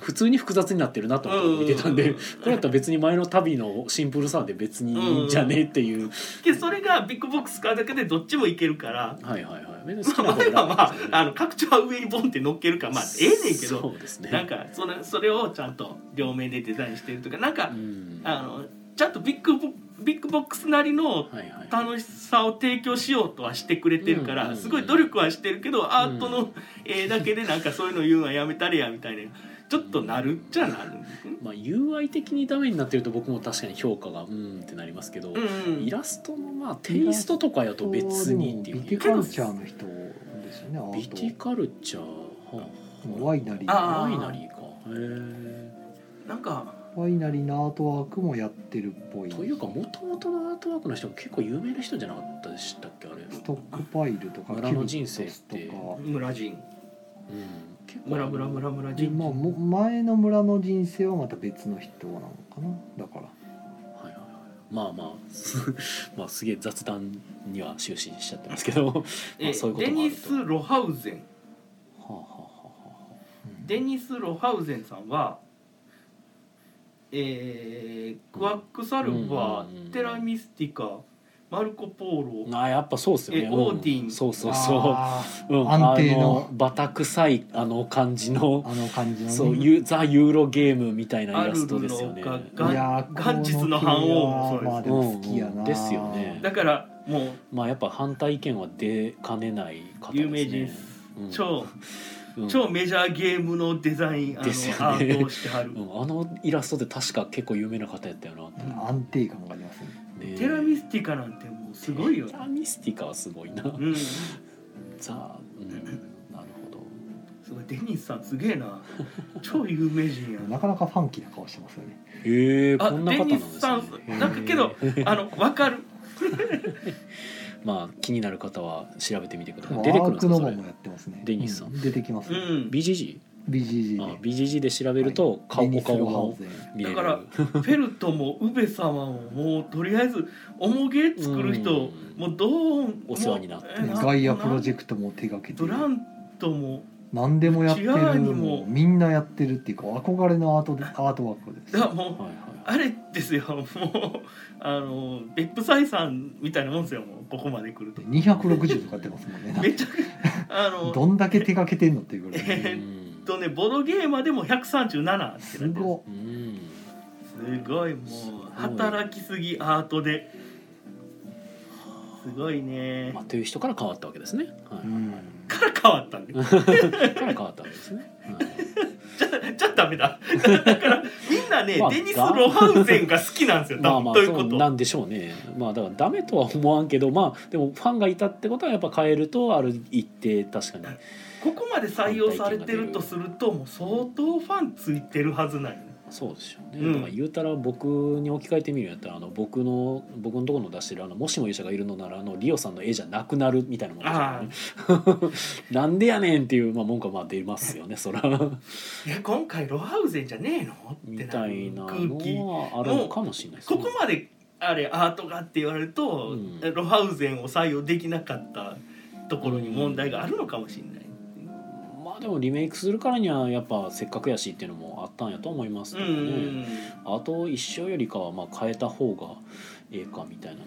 S1: 普通に複雑になってるなと思って見てたんで
S3: うん
S1: これやったら別に前の旅のシンプルさで別にいいんじゃねえっていう
S3: でそれがビッグボックス買うだけでどっちもいけるから、
S1: はいはいはい別に好き
S3: ま
S1: な
S3: あ、
S1: 方
S3: 前
S1: 選
S3: は
S1: べ
S3: ま
S1: ばい
S3: あ
S1: いですよね
S3: あの拡張は上にボンって乗っけるからまあええねんけ
S1: そう
S3: ど
S1: ですね
S3: なんかそのそれをちゃんと両面でデザインしてるとかなんか
S1: うんは
S3: あのちゃんとビッグボビッグボックスなりの
S1: いはい
S3: 楽しさを提供しようとはしてくれてるか
S1: うん
S3: らすごい努力はしてるけどアートの絵だけでなんかそういうの言うのはやめたれやみたいなちょっとなるっちゃなるんですね。
S1: まあ UI 的にダメになってると僕も確かに評価がうーんってなりますけど、
S3: うん
S1: イラストのまあテイストとかやと別にっていう
S2: ビティカルチャーの人ですよねアート
S1: ビティカルチャーはあ
S2: ワイナリー
S3: あ
S1: ワ
S3: ー
S1: イナリーかへえ
S3: なんか
S2: ファイナリーのアートワークもやってるっぽい
S1: というかもともとのアートワークの人も結構有名な人じゃなかったでしたっけあれ、うん、
S2: ストックパイルとか
S1: 村の人生って
S2: キュビットス
S4: 村人
S1: 結構
S3: ムラムラムラムラ
S2: とか、まあ、
S3: 人
S2: も前の村の人生はまた別の人なのかなだから
S1: はいはいはいまあまあす まあすげえ雑談には終始しちゃってますけどはま
S3: え
S1: あそういうこともあると
S3: デニス・ロハウゼン
S1: あはあはあはあ
S3: デニス・ロハウゼンさんはえークワック・サルバ
S1: うんうんうんう
S3: ー
S1: ん
S3: テラ・ミスティカマルコ・ポーロ
S1: あーやっぱそうっすよね
S3: え
S1: うん
S3: オーディン
S1: そうそうそ
S2: あ
S1: う、うん、
S2: 安定の
S1: あバタ臭いあの感じの
S2: ーあの感じのね
S1: そうユザ・ユーロゲームみたいなイラストですよね
S3: アルルの
S2: い
S3: 丘が
S2: やー
S3: ガンジスの反応もそうです
S2: まあでも好きやな、
S1: ですよね
S3: だからもう
S1: まあやっぱ反対意見は出かねない方ですね
S3: 有名人です
S1: うん
S3: 超
S1: うん
S3: 超メジャーゲームのデザインあの
S1: ですよね
S3: アートをしてはる
S1: うんあのイラストって確か結構有名な方やったよなって
S2: 安定感がありますね
S1: ね
S3: テラミスティカなんてもうすごいよ
S1: テラミスティカはすごいな、
S3: うん
S1: ザうんなるほど
S3: すごいデニスさんすげえ な超有名人や
S2: な
S3: な
S2: かなかファンキーな顔してますよね
S1: へえ
S3: あ
S1: こんな方なんです
S3: デニスさん
S1: ね
S3: なんかけど
S1: へえ
S3: あのわかる
S1: まあ気になる方は調べてみてくださ
S2: ワ
S1: い出てくるん
S2: ー
S1: で
S2: ク
S1: すか
S2: ノ
S1: そ
S2: ボ
S1: れ
S2: もやってますね
S1: デニスさん
S2: う出てきます、
S3: う
S2: ね
S3: ん
S1: BGG?
S2: BGG で
S1: あ BGG で調べると顔、
S2: デニ
S1: お
S2: スロ
S1: 顔
S2: ハウ
S1: も
S2: ゼン
S1: 見れる
S3: だからフェルトもウベ様ももうとりあえずおもげ作る人
S1: うん
S3: もうどう
S1: お世話になって
S2: ねガイアプロジェ
S3: ク
S2: クトも手掛けて
S3: ブ
S2: る
S3: ラントも
S2: 何でもやってる
S3: 内側にも
S2: もうみんなやってるっていうか憧れのアートでアートワークです
S3: だからもう
S1: はいは
S3: あれですよもうあの別府採算みたいなもんですよもうここまで来ると
S2: 260とかやってますもんね
S3: めっちゃあの
S2: どんだけ手掛けてんのっていうぐらい、
S1: い
S3: え
S1: うん
S3: とねボドゲーマーでも137ってなってる
S2: すご
S1: うん
S3: すごいもう働きすぎアートですごいね
S1: まあ、という人から変わったわけですね。はい
S2: い、うん、
S3: から変わったん で
S1: から変わったわけですね。
S3: じゃじゃダメだだからみんなね、
S1: まあ
S3: デニス・ロハウゼンが好きなんです
S1: は
S3: よ
S1: い、ま
S3: 多
S1: あ
S3: 分
S1: まあ
S3: というこ
S1: そ
S3: と
S1: うなんでしょうね。まあだからダメとは思わんけどまあでもファンがいたってことはやっぱ変えるとある一定確かに。
S3: ここまで採用されてるとするともう相当ファンついてるはずなんよ
S1: そうでしょうね、
S3: うん
S1: だから言うたら僕に置き換えてみるんやったらあの僕の僕のところの出してるあの「もしも勇者がいるのなら」のリオさんの絵じゃなくなるみたいなもんですよねなんでやねんっていう、まあ、文句はまあ出ますよねそ ら
S3: え今回ロハウゼンじゃねえのって
S1: み
S3: な
S1: た
S3: る
S1: いな
S3: 空
S1: の
S3: 気
S1: はあるのかもしれないです
S3: こ
S1: ね
S3: こまであれアートがって言われると、
S1: うん
S3: ロハウゼンを採用できなかったところに問題があるのかもしれない、
S1: まあでもリメイクするからにはやっぱせっかくやしっていうのもあったんやと思います
S3: う
S1: け
S3: ん
S1: どね、あと一生よりかはまあ変えた方がええかみたいな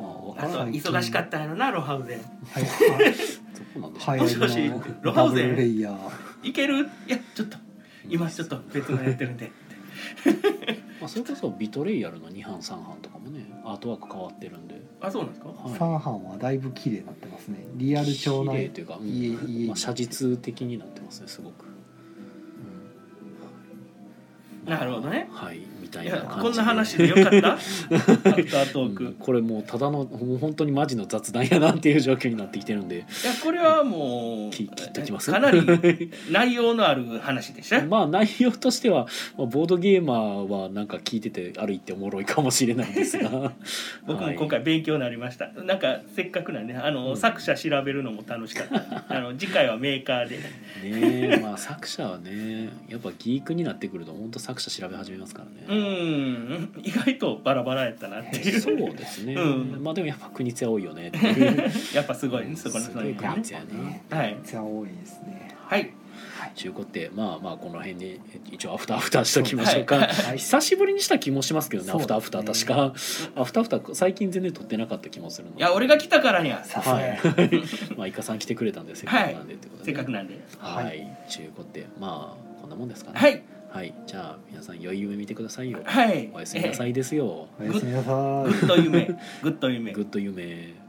S1: のは、まあ、
S3: あ
S1: 分か
S3: と
S1: ら
S3: は
S1: ない
S3: 忙しかったんやろなロハウゼン
S2: はい
S1: とこなんでしょう
S2: は
S1: ね
S2: い
S3: もしもしロハ
S2: ダ
S3: ウ
S2: ブ
S3: ゼン
S2: ルレイヤー
S3: いけるいやちょっと今ちょっと別のやってるんで
S1: まあ、それこそビトレイヤルの2班3班とかもねアートワーク変わってるんで、
S3: あそうなんですか
S1: は
S2: 三班はだいぶ綺麗になってますね
S1: い、
S2: リアル調の
S1: 綺麗というか、うん
S2: 家家
S1: まあ、写実的になってますねすごく
S3: なるほどね
S1: はいみた
S3: い
S1: いな
S3: や
S1: 感じで
S3: こんな話でよ かったアフタートーク、
S1: う
S3: い
S1: んこれもうただのもう本当にマジの雑談やなっていう状況になってきてるんで
S3: やこれはもう
S1: き切っときます
S3: かなり内容のある話でした
S1: まあ内容としては、まあ、ボードゲーマーはなんか聞いててある一手おもろいかもしれないですが
S3: 僕
S1: は
S3: も今
S1: い
S3: 回勉強になりました、なんかせっかくなんであの、
S1: うん
S3: 作者調べるのも楽しか ったあの次回はメーカーで
S1: ね えまあ作者はねやっぱギークになってくると本当作者調べ始めますからね。
S3: うん意外とバラバラやったなっていう
S1: そうですね、
S3: うん
S1: まあでもやっぱ国津屋多いよねっていう
S3: やっぱすごいねそこの
S1: すごい
S3: 人
S1: 国
S3: はね
S1: 津屋ね。
S3: はい
S2: めっちゃ多いですね
S3: はい
S1: 中古ってまあまあこの辺に一応アフターアフターしときましょうか、
S2: はい
S1: 久しぶりにした気もしますけどね
S2: そ
S1: アフ
S2: うですね
S1: ターアフター確かアフターアフター最近全然撮ってなかった気もするので
S3: いや俺が来たからには
S2: さすが
S1: は
S2: や
S1: いまあイカさん来てくれたんでせっかくなんでってことで、
S3: せっ
S1: ね
S3: かくなんで
S1: はい、
S2: は
S1: 中古ってまあこんなもんですかね
S3: はい
S1: はいじゃあ皆さん良い夢見てくださいよ
S3: はい
S1: おやすみなさいですよ
S2: おやすみなさい
S3: グッド夢グッド夢
S1: グッド夢